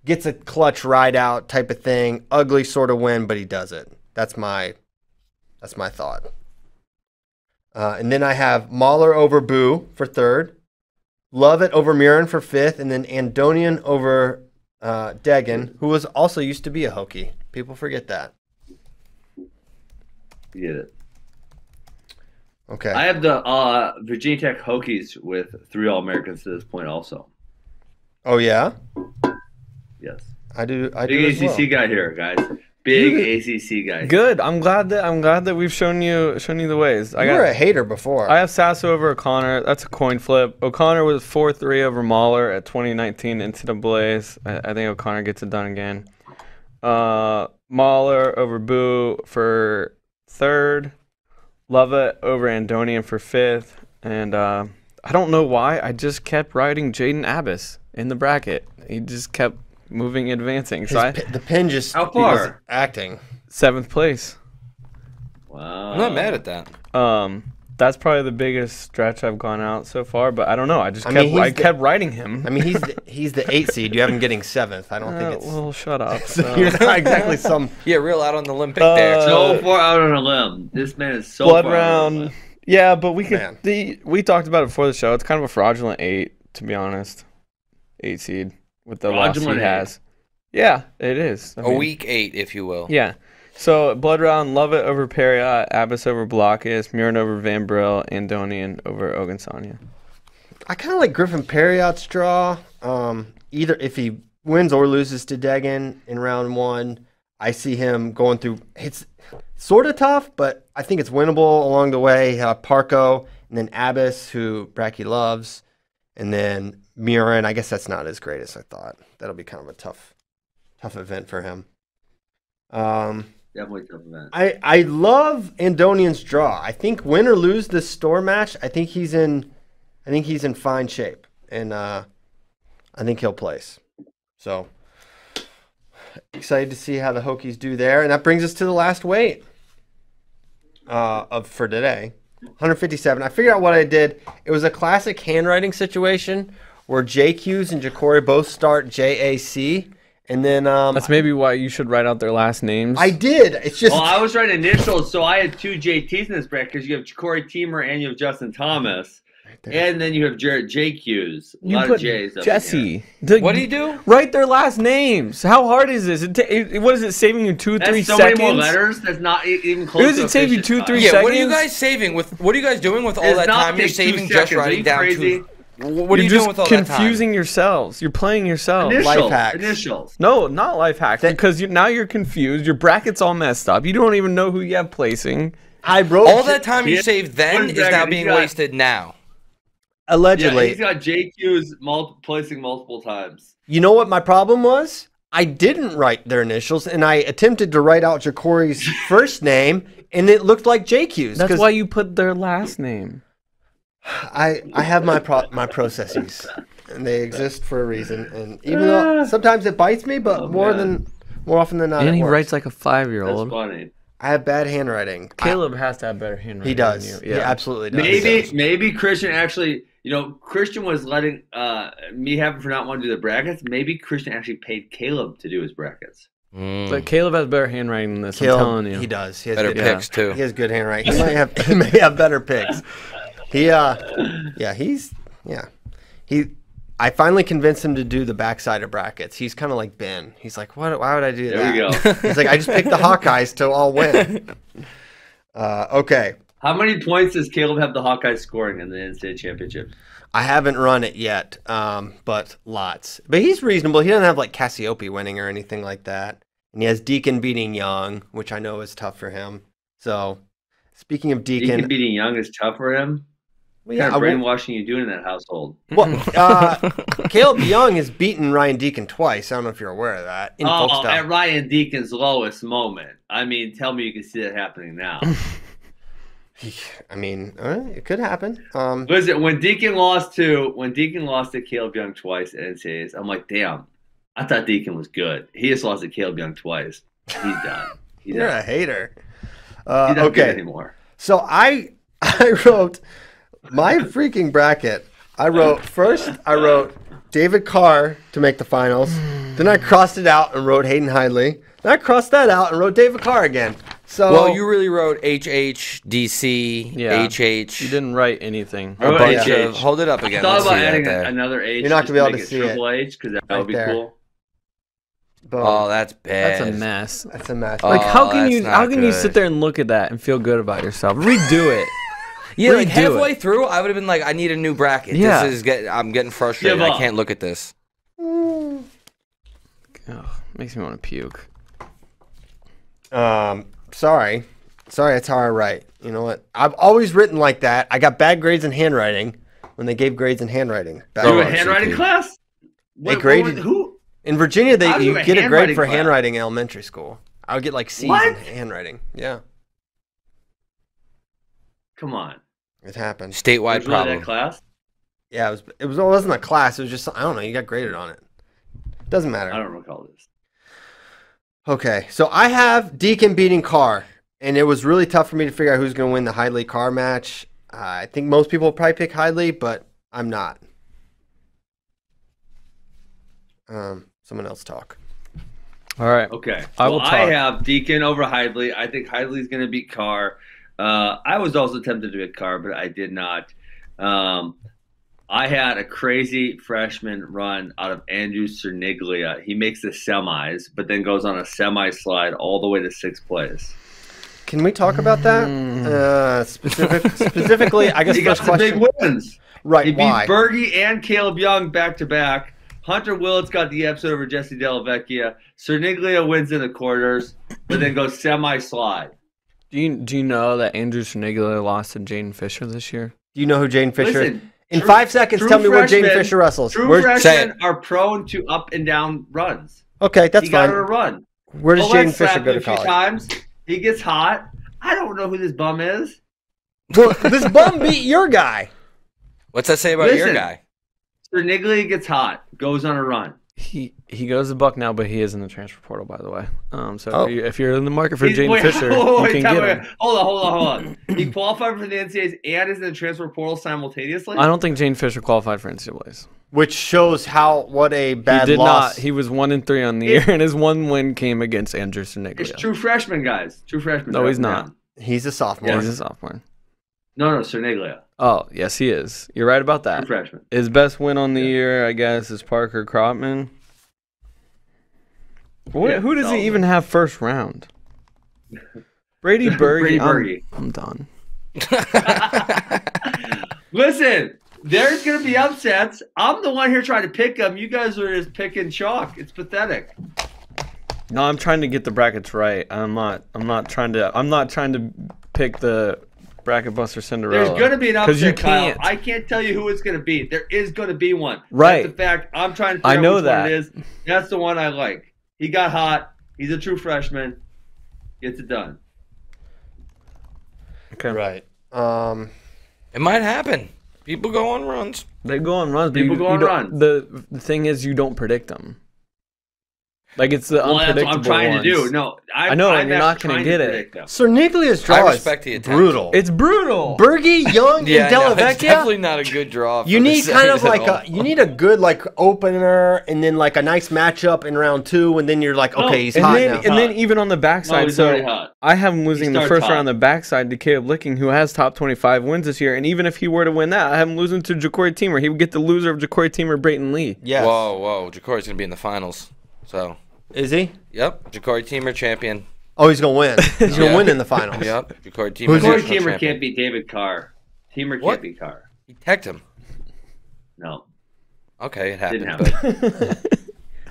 gets a clutch ride out type of thing. Ugly sort of win, but he does it. That's my that's my thought. Uh, and then I have Mahler over Boo for third, Love it over Murin for fifth, and then Andonian over uh, Degan, who was also used to be a Hokie. People forget that. You Get it. Okay. I have the uh, Virginia Tech Hokies with three All Americans to this point, also. oh yeah, Yes. I do. I do. Big As ACC well. guy here, guys. Big ACC guy. Good. I'm glad that I'm glad that we've shown you shown you the ways. I You were a hater before. I have Sasso over O'Connor. That's a coin flip. O'Connor was 4 3 over Mahler at 2019 NCAAs. I, I think O'Connor gets it done again. Uh, Mahler over Boo for third. Lovett over Andonian for fifth. And uh, I don't know why. I just kept riding Jaden Abbas in the bracket. He just kept moving, advancing. So I, His pi- the pin just How he was far? acting. seventh place. Wow. I'm not mad at that. Um, that's probably the biggest stretch I've gone out so far, but I don't know. I just I kept mean, he's I the- kept riding him. I mean, he's the, he's the eight seed. You have him getting seventh. I don't think Uh, it's. well, uh, shut up. so you're not exactly some. Yeah, real out on the limb pick there. So far out on a limb. This man is so Blood far out on a round. limb. Yeah, but we could. Man. The, we talked about it before the show. It's kind of a fraudulent eight, to be honest. Eight seed with the loss he Fraudulent eight. has. Yeah, it is. I A Oh, mean, week eight, if you will. Yeah. So Blood Round, Lovett over Perriot, Abbas over Blockus, Murin over Van Brel, Andonian over Ogunsanya. I kind of like Griffin Perriott's draw. Um, either if he wins or loses to Degan in round one, I see him going through. It's sort of tough, but I think it's winnable along the way. Uh, Parco and then Abbas, who Bracky loves, and then Murin. I guess that's not as great as I thought. That'll be kind of a tough, tough event for him. Um, Definitely tough event. I, I love Andonian's draw. I think win or lose this store match, I think he's in I think he's in fine shape. And uh I think he'll place. So excited to see how the Hokies do there. And that brings us to the last weight uh of for today. 157. I figured out what I did. It was a classic handwriting situation where Jake Hughes and Jacory both start J A C and then um That's maybe why you should write out their last names. I did. It's just Well, I was right initials, so I had two JTs in this bracket because you have Corey Teamer and you have Justin Thomas, and then you have Jared J. Hughes. A you lot put of J's. up in here. Jesse. The- What do you do? Write their last names. How hard is this? It ta- it- what is it saving you two, That's three so seconds? many more letters. That's not e- even close. does to it a save you fish's two, eye. three Yeah. What are you seconds? guys saving with? What are you guys doing with all Does that not time? You're take two saving just seconds. Are writing you down crazy? two. What are You're you just doing with all that confusing yourselves. You're playing yourself. Initials. Life hacks. Initials. No, not life hack. Because you, now you're confused. Your bracket's all messed up. You don't even know who you have placing. I wrote time? All that time you Yeah. saved then One is second, now he's being got- wasted now. Yeah, allegedly. he's got J. Hughes mul- placing multiple times. You know what my problem was? I didn't write their initials, and I attempted to write out Jacory's first name, and it looked like JQ's. That's 'cause why you put their last name. I, I have my pro- my processes, and they exist for a reason. And even though sometimes it bites me, but more than more often than not, Oh, And it he works. writes like a five year That's old. funny. I have bad handwriting. I- Caleb has to have better handwriting. he does. Than Yeah. you. He absolutely does. Maybe maybe Christian actually, you know, Christian was letting uh, me have it for not wanting to do the brackets. Maybe Christian actually paid Caleb to do his brackets. But Caleb has better handwriting than this. I'm Caleb, telling you. he does. He has Better good picks too. He has good handwriting. He might have he may have better picks. He uh yeah, he's yeah. He I finally convinced him to do the backside of brackets. He's kind of like Ben. He's like, "What? Why would I do There that?" we go. He's like, "I just picked the Hawkeyes to all win." Uh, okay, How many points does Caleb have the Hawkeyes scoring in the NCAA championship? I haven't run it yet, um, but lots. But he's reasonable. He doesn't have like Cassiope winning or anything like that. And he has Deacon beating Young, which I know is tough for him. So, speaking of Deacon, beating Young is tough for him. What yeah, kind I of will- brainwashing you doing in that household? Well, uh, Caleb Young has beaten Ryan Deacon twice. I don't know if you're aware of that. In Oh, Folkestone. at Ryan Deacon's lowest moment. I mean, tell me you can see that happening now. I mean, all right, it could happen. Um, Listen, when Deacon lost to when Deacon lost to Caleb Young twice at NCAAs, I'm like, damn, I thought Deacon was good. He just lost to Caleb Young twice. He's done. He's you're done. a hater. He's Uh, not good okay, anymore. so I I wrote my freaking bracket. I wrote first. I wrote David Carr to make the finals. then I crossed it out and wrote Hayden Hidley. Then I crossed that out and wrote David Carr again. So Well, you really wrote HHDC, Yeah. HH. You didn't write anything. I a wrote bunch HH. of. Hold it up I again. thought Let's about see that adding a- there. another H. You're not just gonna be able make to it see it. triple H because that Right would be there. cool. boom. Oh, that's bad. That's a mess. that's a mess. Like Oh, how can that's you not how can you good. sit there and look at that and feel good about yourself? Redo it. Yeah, like Redo halfway it. through, I would have been like, I need a new bracket. Yeah. This is get. I'm getting frustrated. Give I up. can't look at this. Ugh, makes me want to puke. Um, sorry, sorry, that's how I write. You know what? I've always written like that. I got bad grades in handwriting when they gave grades in handwriting. Back You Oh, a I'm handwriting CP. class? What- what graded- was- who? in Virginia, I they was you in a get a grade handwriting for class. handwriting in elementary school. I would get like C's in What? handwriting. Yeah, Come on. it happened. Statewide Was really that problem. class? Yeah, it was. It was. It wasn't a class. It was just. I don't know. You got graded on it. Doesn't I matter. don't recall this. Okay, so I have Deacon beating Carr, and it was really tough for me to figure out who's going to win the Hidley Carr match. Uh, I think most people will probably pick Hidley, but I'm not. Um, someone else talk. All right. Okay. I will well, I talk. have Deacon over Hidley. I think Hidley's going to beat Carr. Uh, I was also tempted to pick Carr, but I did not. Um, I had a crazy freshman run out of Andrew Cerniglia. He makes the semis, but then goes on a semi slide all the way to sixth place. Can we talk about that uh, specific, specifically? I guess He Mm. got first some big question. wins. Right, He beat why? Bergie and Caleb Young back to back. Hunter Willits got the episode over Jesse Delavecchia. Cerniglia wins in the quarters, but then goes semi slide. Do you do you know that Andrew Schneegler lost to Jaden Fisher this year? Do you know who Jane Fisher? Listen, In true- five seconds, true tell me where Jane freshmen- Fisher wrestles. True Where- Say it. freshmen are prone to up and down runs. okay, that's he got fine. her to run. Where does Oleg Jane Fisher slapped go him to a few college? times. He gets hot. I don't know who this bum is. Well, this bum beat your guy. What's that say about your Listen. guy? Cerniglia gets hot, goes on a run. He he goes to Buck now, but he is in the transfer portal, by the way. Um, so Oh. if, you, if you're in the market for He's- Jaden wait, Fisher, wait, you can time get out. him. Hold on, hold on, hold on. he qualified for the NCAAs and is in the transfer portal simultaneously. I don't think Jaden Fisher qualified for NCAAs. Which shows how what a He bad did loss. not. He was one and three on the year, and his one win came against Andrew It's Schneegler. true freshman, guys. True freshman. No, he's Drop him not. down. He's a sophomore. He's a sophomore. No, no, Cerniglia. Oh yes, he is. You're right about True that. freshman. His best win on the year, I guess, is Parker Cropman. What, Yeah, who does no. he even have first round? Brady Berge. Brady I'm- Berge. I'm, done. Listen, there's gonna be upsets. I'm the one here trying to pick them. You guys are just picking chalk. It's pathetic. No, I'm trying to get the brackets right. I'm not. I'm not trying to. I'm not trying to pick the bracket buster Cinderella. There's gonna be an upset. because Oh, you Kyle. can't. I can't tell you who it's gonna be. There is gonna be one. Right. That's the fact. I'm trying to. Figure I out know which that. one it is. That's the one I like. He got hot. He's a true freshman. Gets it done. Okay. Right. Um, It might happen. People go on runs. They go on runs. but People you- go you on don't- runs. The, the thing is, you don't predict them. Like it's the Well, that's what unpredictable I'm trying to do. ones. No, I, I know, I'm and you're not gonna trying to get it. predict them. Sir Nicholas draw is respect the attempt. brutal. It's brutal. Bergie, Young, and no, it's Delavecchia. definitely not a good draw. for you the need kind of series like at all. a you need a good like opener and then like a nice matchup in round two and then you're like No, okay he's and hot then, now. and then Hot. even on the backside, he's already so hot. I have him losing the starts first hot. round on the backside to Caleb Licking, who has top 25 wins this year. And even if he were to win that, I have him losing to Ja'Cory Teamer. He would get the loser of Ja'Cory Teamer, Brayton Lee. yes. Whoa, whoa. Jacory's going to be in the finals. So, Is he? yep. Jacory Teamer champion. Oh, he's gonna win. He's gonna Yeah. win in the finals. Yep. Jacory Teamer. Who's- Corey national Teamer champion. can't be David Carr. Teamer can't What? be Carr. He teched him. No, Okay, it didn't happened. happen.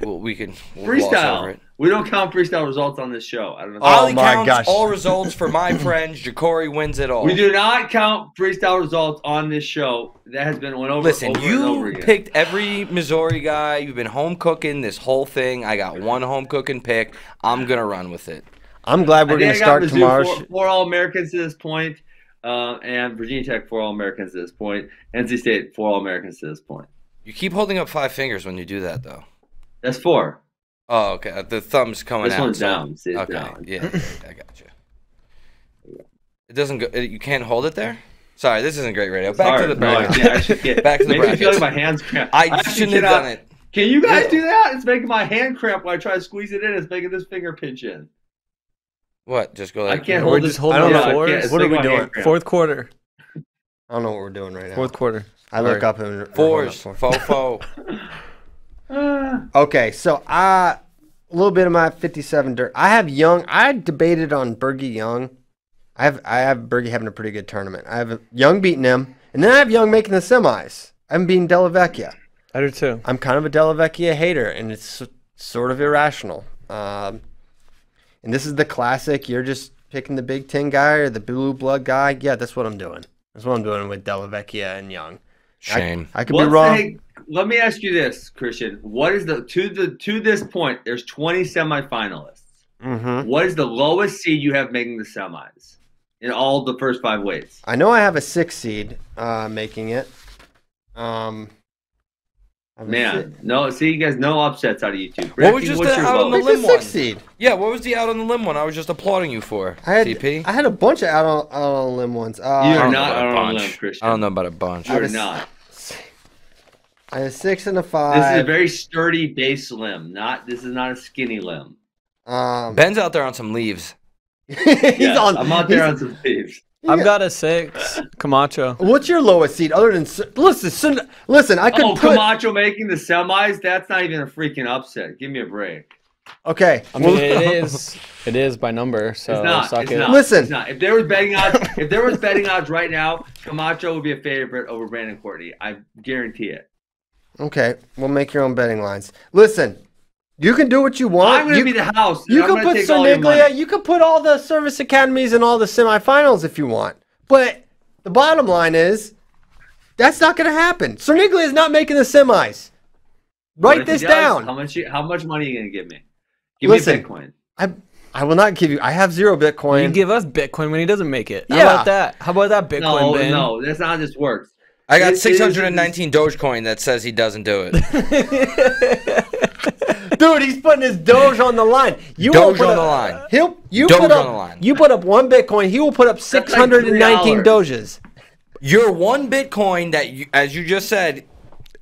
but we'll- we can we'll gloss over freestyle. it. We don't count freestyle results on this show. I don't know. Oh Ollie my counts gosh. all results for my friends. Jacory wins it all. We do not count freestyle results on this show. That has been went over. Listen, over and over you again. picked every Missouri guy. You've been home cooking this whole thing. I got one home cooking pick. I'm gonna run with it. I'm glad I we're think gonna I got start Mizzou tomorrow. for, all Americans to this point, uh, and Virginia Tech for all Americans to this point, NC State for all Americans to this point. You keep holding up five fingers when you do that, though. That's four. Oh, okay. The thumb's coming This out. one's so- down. See, it's Okay. down. Yeah, yeah, yeah, I got you. It doesn't go. it- You can't hold it there. Sorry, this isn't great radio. Back to the No, I bracket. can't- I should get- Back to the makes me feel like brackets. my hands cramp. I actually shouldn't have cannot- done it. Can you guys Yeah. do that? It's making my hand cramp when I try to squeeze it in. It's making this finger pinch in. What? Just go I like. can't We're hold just this. holding I it I forward? can't. It's What are making we my hand doing? cramp. Fourth quarter. I don't know what we're doing right now. Fourth quarter. I look Sorry. up and we're holding up Fours, four. fofo. Uh, Okay, so I a little bit of my 57 dirt. I have Young. I debated on Bergie Young. I have I have Bergie having a pretty good tournament. I have Young beating him, and then I have Young making the semis. I'm beating Delavecchia. I do too. I'm kind of a Delavecchia hater, and it's s- sort of irrational. Um, and this is the classic. You're just picking the Big Ten guy or the blue blood guy. Yeah, that's what I'm doing. That's what I'm doing with Delavecchia and Young. I- Shame. I, could What's be wrong. the- let me ask you this, Christian. What is the to the to this point? There's 20 semifinalists. Hmm? Mhm. What is the lowest seed you have making the semis in all the first five weights? I know I have a six seed uh, making it. Um, I have a Man, si- no. See, you guys, no upsets out of YouTube. What was just what's the- your out on lowest? Where's the limb one. six seed? Yeah, what was the out on the limb one? I was just applauding you for. I had TP. I had a bunch of out on, out on limb ones. Uh, You I are don't know not about out a on a limb, bunch. Christian. I don't know about a bunch. You're just- not. I had a six and a This is a five. very sturdy base limb. Not this is not a skinny limb. um, Ben's out there on some leaves. he's Yeah, on. I'm out there he's- on some thieves. I've got a six. Camacho. What's your lowest seed other than Sun- listen? Sun- listen, I could Oh, put Camacho making the semis? That's not even a freaking upset. Give me a break. okay. I mean, it is it is by number, so It's not. Uh, suck It's it. not. Listen. it's not. if there was betting odds, if there was betting odds right now, Camacho would be a favorite over Brandon Courtney. I guarantee it. Okay, we'll make your own betting lines. Listen, you can do what you want. I'm going to you, be the house. and you I'm can gonna put take all your Soniglia, money. you can put all the service academies and all the semifinals if you want. But the bottom line is that's not going to happen. Soniglia is not making the semis. But Write if he this does, How down. much? you- How much money are you going to give me? Give Listen. me Bitcoin. I I will not give you. I have zero Bitcoin. You give us Bitcoin when he doesn't make it. Yeah. How about that? How about that Bitcoin, No, Ben? no, that's not how this works. I It- it got is- 619 Dogecoin that says he doesn't do it. Dude, he's putting his Doge on the line. You won't Doge put on up- the line. He'll you Doge put on up the line. you put up one Bitcoin. He will put up like six hundred and nineteen $3. Doges. Your one Bitcoin that, you, as you just said,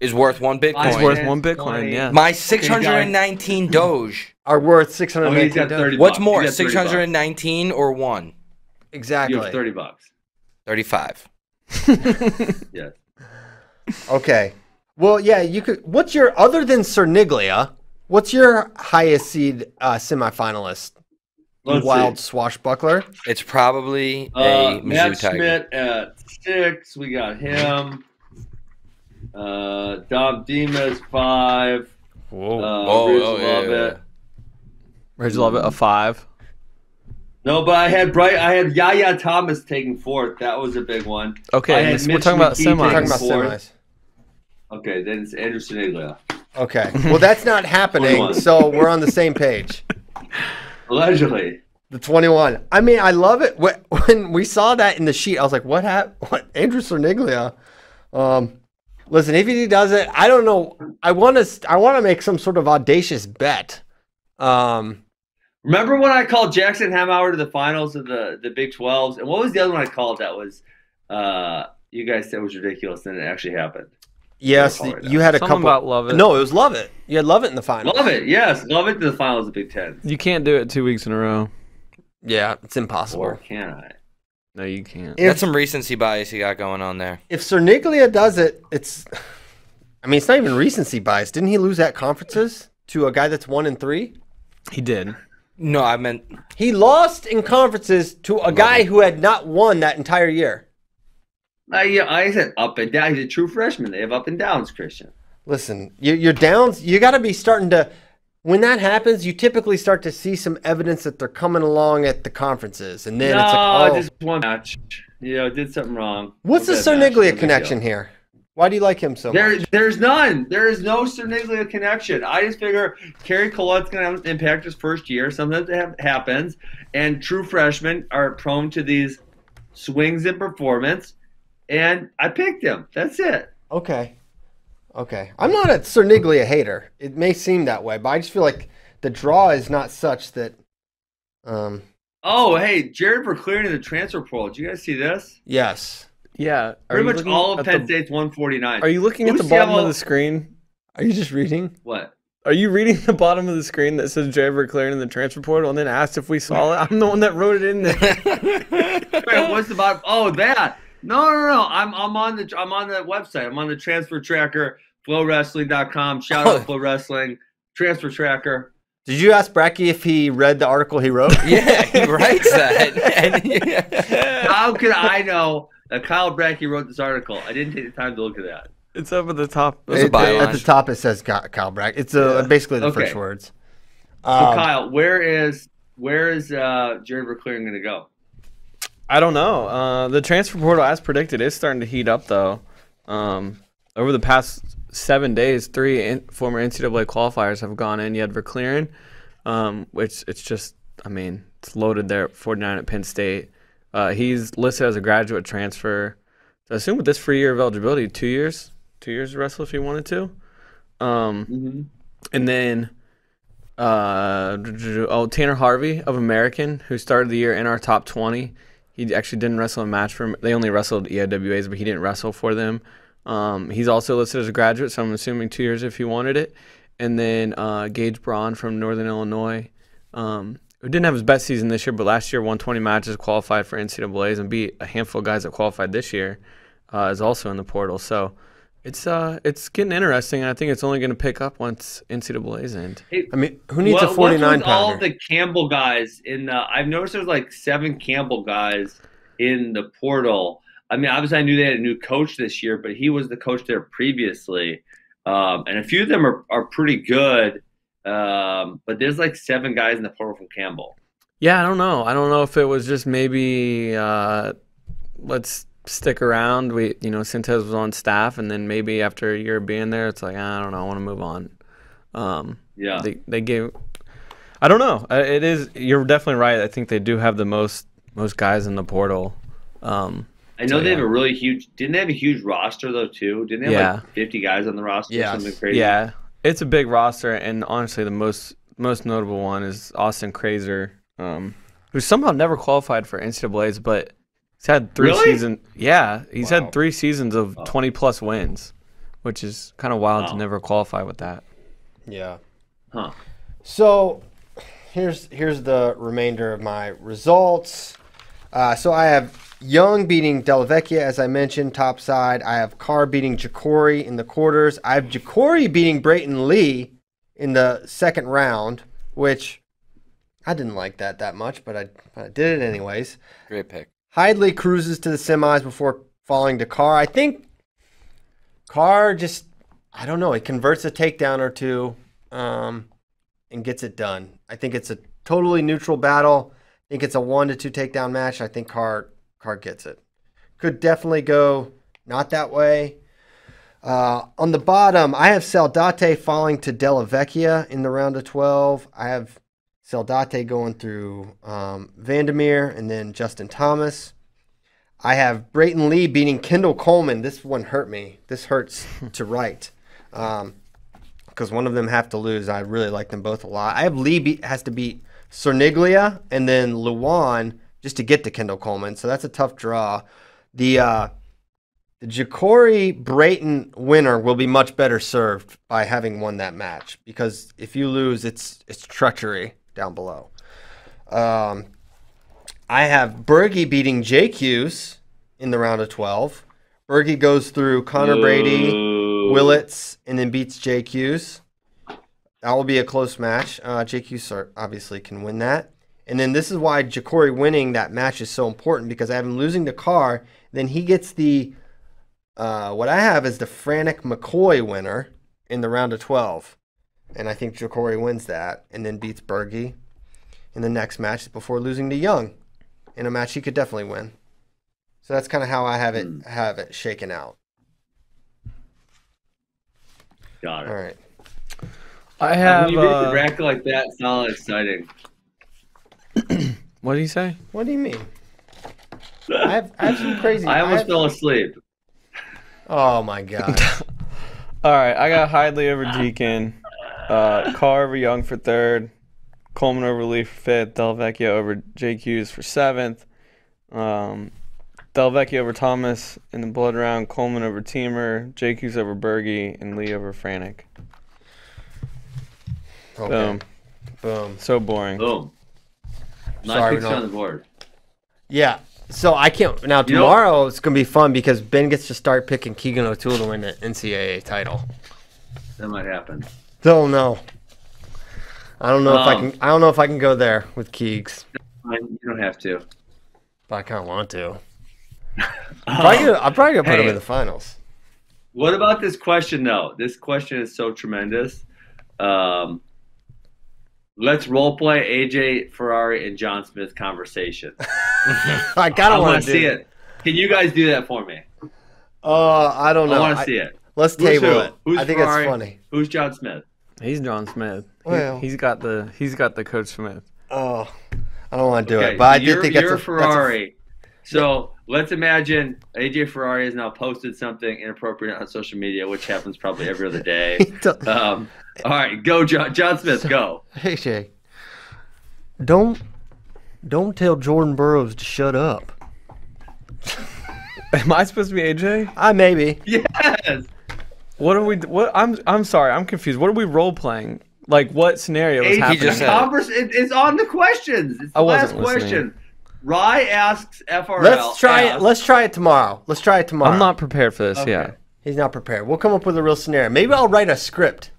is worth one Bitcoin. It's worth Finance, one Bitcoin, money. yeah. My 619 Doge. Are worth six hundred Oh, and he's nineteen got Doges. 30 What's bucks. more, He's got 30 bucks. 619 or one? You Exactly. have 30 bucks. 35. Yes. Okay. Well, yeah, you could. What's your other than Cerniglia? What's your highest seed uh, semifinalist? You Let's wild see. swashbuckler. It's probably Uh, a Matt Mizzou Tiger. Schmidt at six. We got him. Uh, Dom Dimas five. Whoa. Uh, Whoa, Ridge oh, yeah, yeah, Lovett. yeah. Ridge Lovett, a five. No, but I had bright. I had Yaya Thomas taking fourth. That was a big one. Oh. Okay, I had this- we're Mitch talking about McKee semis. We're talking taking about fourth. semis. Okay, then it's Anderson Iglia. Okay. Well, that's not happening. 21. so we're on the same page. Allegedly, The 21. I mean, I love it. Wh- When we saw that in the sheet, I was like, what happened? What? Andrew Cerniglia. Um, listen, if he does it, I don't know. I want to I want to make some sort of audacious bet. Um, remember when I called Jackson Hamauer to the finals of the the Big Twelves? And what was the other one I called? That was uh, you guys said was ridiculous, and it actually happened. yes, Don't call it you had a Something couple. about Lovett. No, it was Love It. You had Love It in the final. Love it, yes, love it to the finals of Big Ten. You can't do it two weeks in a row. Yeah, it's impossible. Or can I? No, you can't. If, That's some recency bias he got going on there. if Sir Nicolia does it, it's. I mean, it's not even recency bias. Didn't he lose at conferences to a guy that's one and three? He did. No, I meant He lost in conferences to a guy who had not won that entire year. I, yeah, I said up and down. He's a true freshman. They have up and downs, Christian. Listen, you, you're downs. You got to be starting to. When that happens, you typically start to see some evidence that they're coming along at the conferences, and then no, it's like, oh, just one match. You know, did something wrong. what's the One bad Sir match, no Nicolia big connection deal. here? Why do you like him so There, much? there's none. There is no Cerniglia connection. I just figure Kerry Collette's going to impact his first year. Sometimes it ha- happens, and true freshmen are prone to these swings in performance. And I picked him. That's it. Okay. Okay. I'm not a Cerniglia hater. It may seem that way, but I just feel like the draw is not such that. Um. Oh, hey, Jared for clearing the transfer portal. Did you guys see this? Yes. Yeah. Are Pretty you much looking all of at Penn the- State's 149. Are you looking at the UCLA bottom of the screen? Are you just reading? What? Are you reading the bottom of the screen that says Javier Clearing in the transfer portal and then asked if we saw it? I'm the one that wrote it in there. Wait, what's the bottom? Oh, that. No, no, no. I'm I'm on the I'm on the website. I'm on the transfer tracker, flowwrestling.com. Shout out Flow Wrestling, transfer tracker. Did you ask Bracky if he read the article he wrote? Yeah, he writes that. And- How could I know that Kyle Brackey wrote this article? I didn't take the time to look at that. it's up at the top. It's a It- at byline. the top, it says Ka- Kyle Brack. It's uh basically the Okay. first words. So Um, Kyle, where is where is uh, Jared Verclearing going to go? I don't know. Uh, the transfer portal, as predicted, is starting to heat up, though. Um, over the past seven days, three in- former NCAA qualifiers have gone in. You had Verclearen, um, which it's just, I mean, it's loaded there at 49 at Penn State. Uh, he's listed as a graduate transfer. So I assume with this free year of eligibility, two years, two years to wrestle if he wanted to. Um, And then, uh, oh, Tanner Harvey of American, who started the year in our top 20. He actually didn't wrestle a match for They only wrestled E EIWAs, but he didn't wrestle for them. Um, he's also listed as a graduate, so I'm assuming two years if he wanted it. And then uh, Gage Braun from Northern Illinois, um, who didn't have his best season this year, but last year won 20 matches, qualified for NCAA's, and beat a handful of guys that qualified this year, uh, is also in the portal. So it's uh, it's getting interesting, and I think it's only going to pick up once NCAA's end. I mean, who needs What- a what's 49 with all pounder? the Campbell guys in the? I've noticed there's like seven Campbell guys in the portal. I mean, obviously, I knew they had a new coach this year, but he was the coach there previously, um, and a few of them are, are pretty good. Um, but there's like seven guys in the portal from Campbell. Yeah, I don't know. I don't know if it was just maybe uh, let's stick around. We, you know, Sintes was on staff, and then maybe after a year of being there, it's like "Ah, I don't know. I want to move on. Um, Yeah, they they gave. I don't know. Uh, It is. You're definitely right. I think they do have the most most guys in the portal. Um, I know they have a really huge. Didn't they have a huge roster though too? Didn't they have like 50 guys on the roster? Yes. or something crazy. yeah, it's a big roster, and honestly, the most most notable one is Austin Krazer, um, who somehow never qualified for NCAA's, but he's had three Really? seasons. Yeah, he's had three seasons of 20 plus wins, which is kind of wild to Wow. never qualify with that. Yeah. Huh. So here's here's the remainder of my results. Uh, so I have Young beating Delavecchia, as I mentioned, top side. I have Carr beating Jacory in the quarters. I have Jacory beating Brayton Lee in the second round, which I didn't like that that much, but I, I did it anyways. Great pick. Hidley cruises to the semis before falling to Carr. I think Carr just, I don't know, he converts a takedown or two um, and gets it done. I think it's a totally neutral battle. I think it's a one to two takedown match. I think Carr Carr gets it. Could definitely go not that way. Uh, on the bottom, I have Saldate falling to Della Vecchia in the round of 12. I have Saldate going through um, Vandermeer and then Justin Thomas. I have Brayton Lee beating Kendall Coleman. This one hurt me. This hurts to write because Um, one of them have to lose. I really like them both a lot. I have Lee beat, has to beat Cerniglia and then Luwan just to get to Kendall Coleman. So that's a tough draw. The uh, the Jacory Brayton winner will be much better served by having won that match because if you lose, it's it's treachery down below. Um, I have Bergie beating Jake Hughes in the round of 12. Bergie goes through Connor Brady, Ooh. Willits, and then beats Jake Hughes. That will be a close match. Uh, Jake Hughes are- obviously can win that. And then this is why Jacory winning that match is so important because I have him losing the car. Then he gets the uh, what I have is the Frantic McCoy winner in the round of 12. And I think Jacory wins that and then beats Bergie in the next match before losing to Young in a match he could definitely win. So that's kind of how I have it have it shaken out. got it. All right. I when have. uh, you uh, read the bracket like that, it's not exciting. what do you say? What do you mean? I have, I have some crazy. I almost have- fell asleep. Oh my god. All right, I got Hidley over Deacon, uh, Carr over Young for third, Coleman over Lee for fifth, Delvecchio over Jake Hughes for seventh, um, Delvecchio over Thomas in the blood round, Coleman over Teamer, Jake Hughes over Berge, and Lee over Franek. Okay. Boom. Boom. So boring. Boom. Nice Sorry, picks we're not- on the board. Yeah. So I can't now. know- Tomorrow it's gonna be fun because Ben gets to start picking Keegan O'Toole to win the NCAA title. That might happen. Don't know. I don't know if I Um. can. I don't know if I can go there with Keegs, Fine, You don't have to. but I kind of want to. I'm probably gonna, I'm probably gonna put him Hey. in the finals. What about this question though? This question is so tremendous. Um, let's role play AJ Ferrari and John Smith conversation. I kind I of want want to see it. Can you guys do that for me? Uh, I don't know. I want to see it. Let's Who's table who? it. Who's I think Ferrari? it's funny. Who's John Smith? He's John Smith. He, Well. he's got the he's got the coach Smith. Oh, I don't want to do Okay, it, but I so do you're, think you're that's a, Ferrari. so let's imagine AJ Ferrari has now posted something inappropriate on social media, which happens probably every other day. That's a, um, all right, go John, John Smith, go. hey Shay, don't don't tell Jordan Burroughs to shut up. Am I supposed to be AJ? I maybe Yes. What are we? What I'm I'm sorry. I'm confused. What are we role playing? Like what scenario was Hey, happening? just said it. convers- it- it's on the questions. It's the I last wasn't listening. question. Rye asks FRL. Let's try it. asks- Let's try it tomorrow. Let's try it tomorrow. I'm not prepared for this. Yeah. He's not prepared. We'll come up with a real scenario. Maybe I'll write a script.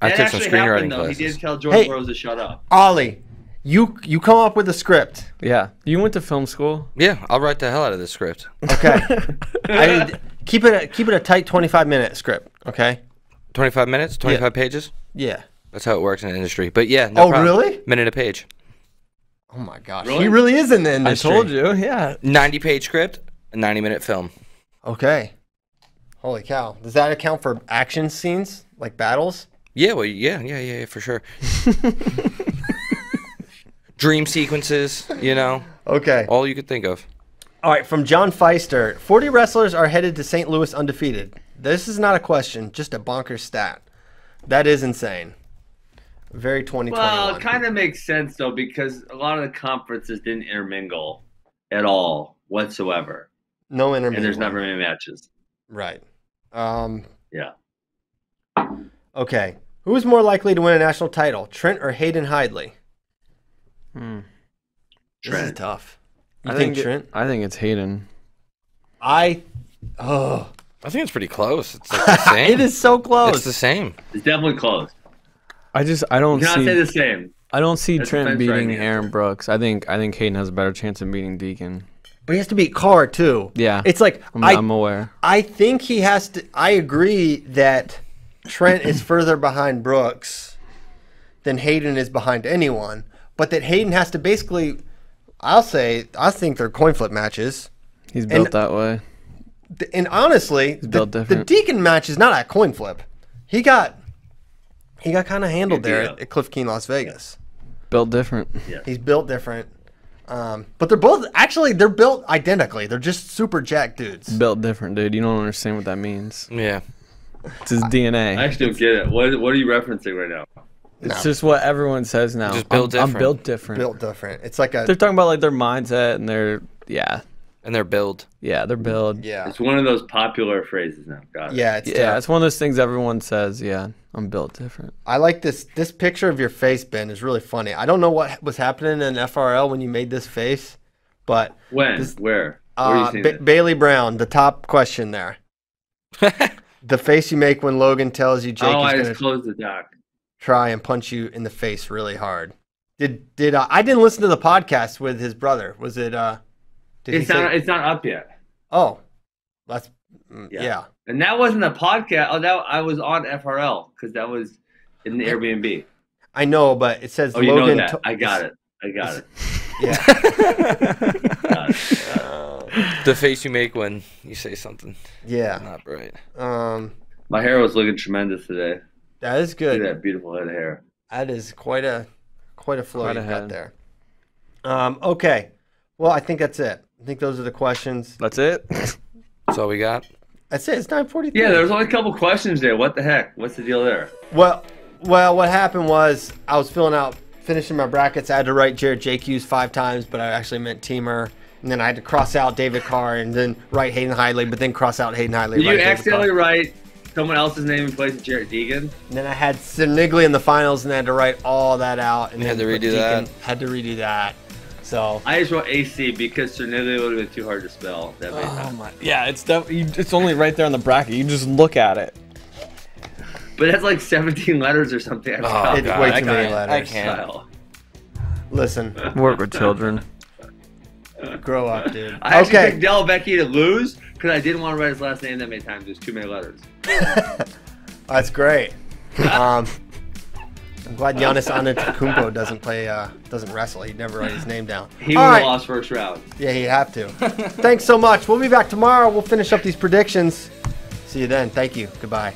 I That took some actually happened, screenwriting though. He did classes. tell George Hey. Rose to shut up. Ollie, you you come up with a script. Yeah. You went to film school? Yeah, I'll write the hell out of this script. Okay. I need, keep it a, keep it a tight 25 minute script. Okay. 25 minutes, 25 pages. Yeah. That's how it works in the industry. But yeah, no Oh, problem. really? Minute a page. Oh my gosh. Really? He really is in the industry. I told you. Yeah. 90 page script, a 90 minute film. Okay. Holy cow. Does that account for action scenes like battles? Yeah, well, yeah, yeah, yeah, yeah for sure. Dream sequences, you know, Okay. all you could think of. All right. From John Feister, 40 wrestlers are headed to St. Louis undefeated. This is not a question, just a bonkers stat. That is insane. Very 2021. Well, it kind of makes sense though because a lot of the conferences didn't intermingle at all whatsoever, no and intermission. there's not very many matches. Right. Um, Yeah, okay. Who is more likely to win a national title, Trent or Hayden Hidley? This is Trent. tough. You think, it- Trent? I think it's Hayden. I. Oh, I think it's pretty close. It's like the same. it is so It's close. the same. It's definitely close. I just I don't You cannot see say the same. I don't see That's Trent defense right beating now. Aaron Brooks. I think I think Hayden has a better chance of beating Deacon. but he has to beat Carr too. Yeah. It's like I'm, I. I'm aware. I think he has to. I agree that Trent is further behind Brooks than Hayden is behind anyone, but that Hayden has to basically. I'll say I think they're coin flip matches. He's built that way. Th- and honestly, the, built the different. Deacon match is not a coin flip. He got he got kind of handled Yeah, there yeah. at, at Cliff Keen, Las Vegas. Built different. He's built different, um, but they're both actually they're built identically. They're just super jack dudes. Built different, dude. You don't understand what that means. Yeah. It's his DNA. I actually don't get it. What What are you referencing right now? It's just what everyone says now. Just built I'm, I'm different. built different. Built different. It's like a They're talking about like their mindset and their yeah, And their build. yeah, their build. yeah It's one of those popular phrases now. Got it. yeah it's yeah. yeah. It's one of those things everyone says. Yeah, I'm built different. I like this this picture of your face, Ben, is really funny. I don't know what was happening in FRL when you made this face, but When? This- where? Where uh, are you Ba- seeing it? Bailey Brown, the top question there. the face you make when Logan tells you Jake Oh, is I going just to closed the doc. try and punch you in the face really hard. Did did uh, I didn't listen to the podcast with his brother? Was it? uh Did It's he not. say- It's not up yet. oh, that's mm, yeah. Yeah. And that wasn't a podcast. Oh, that I was on FRL because that was in the Airbnb. I know, but it says Oh, you Logan. know that. to- I got it. I got it. Yeah, Got it. The face you make when you say something yeah. not right. Um, My hair was looking tremendous today. that is Look good. at that beautiful head of hair. That is quite a quite a flow Quite a you got head. there. Um, okay, well, I think that's it. I think those are the questions. That's it. That's all we got. That's it. It's nine forty three. Yeah, there was only a couple questions there. What the heck? What's the deal there? Well, well, what happened was I was filling out, finishing my brackets. I had to write Jared J. Hughes five times, but I actually meant Teamer. And then I had to cross out David Carr and then write Hayden Hidley, but then cross out Hayden Hidley. Did write you David accidentally Carr. write someone else's name in place of Jared Deegan? And then I had Sinigli in the finals and I had to write all that out. And You then had to put redo that. Had to redo that. So I just wrote AC because Cernelia would have been too hard to spell. That made Oh. sense. yeah, it's def- you, it's only right there on the bracket. You just look at it. But that's like 17 letters or something. I forgot it's that way Oh, I too many can't- letters. I can't. style. Listen, Work with children. grow up, dude. I actually okay. picked Del Becky to lose because I didn't want to write his last name that many times. There's too many letters. That's great. Um, I'm glad Giannis Antetokounmpo doesn't play, uh, doesn't wrestle. He'd never write his name down. He would All have right. lost first round. Yeah, he'd have to. Thanks so much. We'll be back tomorrow. We'll finish up these predictions. See you then. Thank you. Goodbye.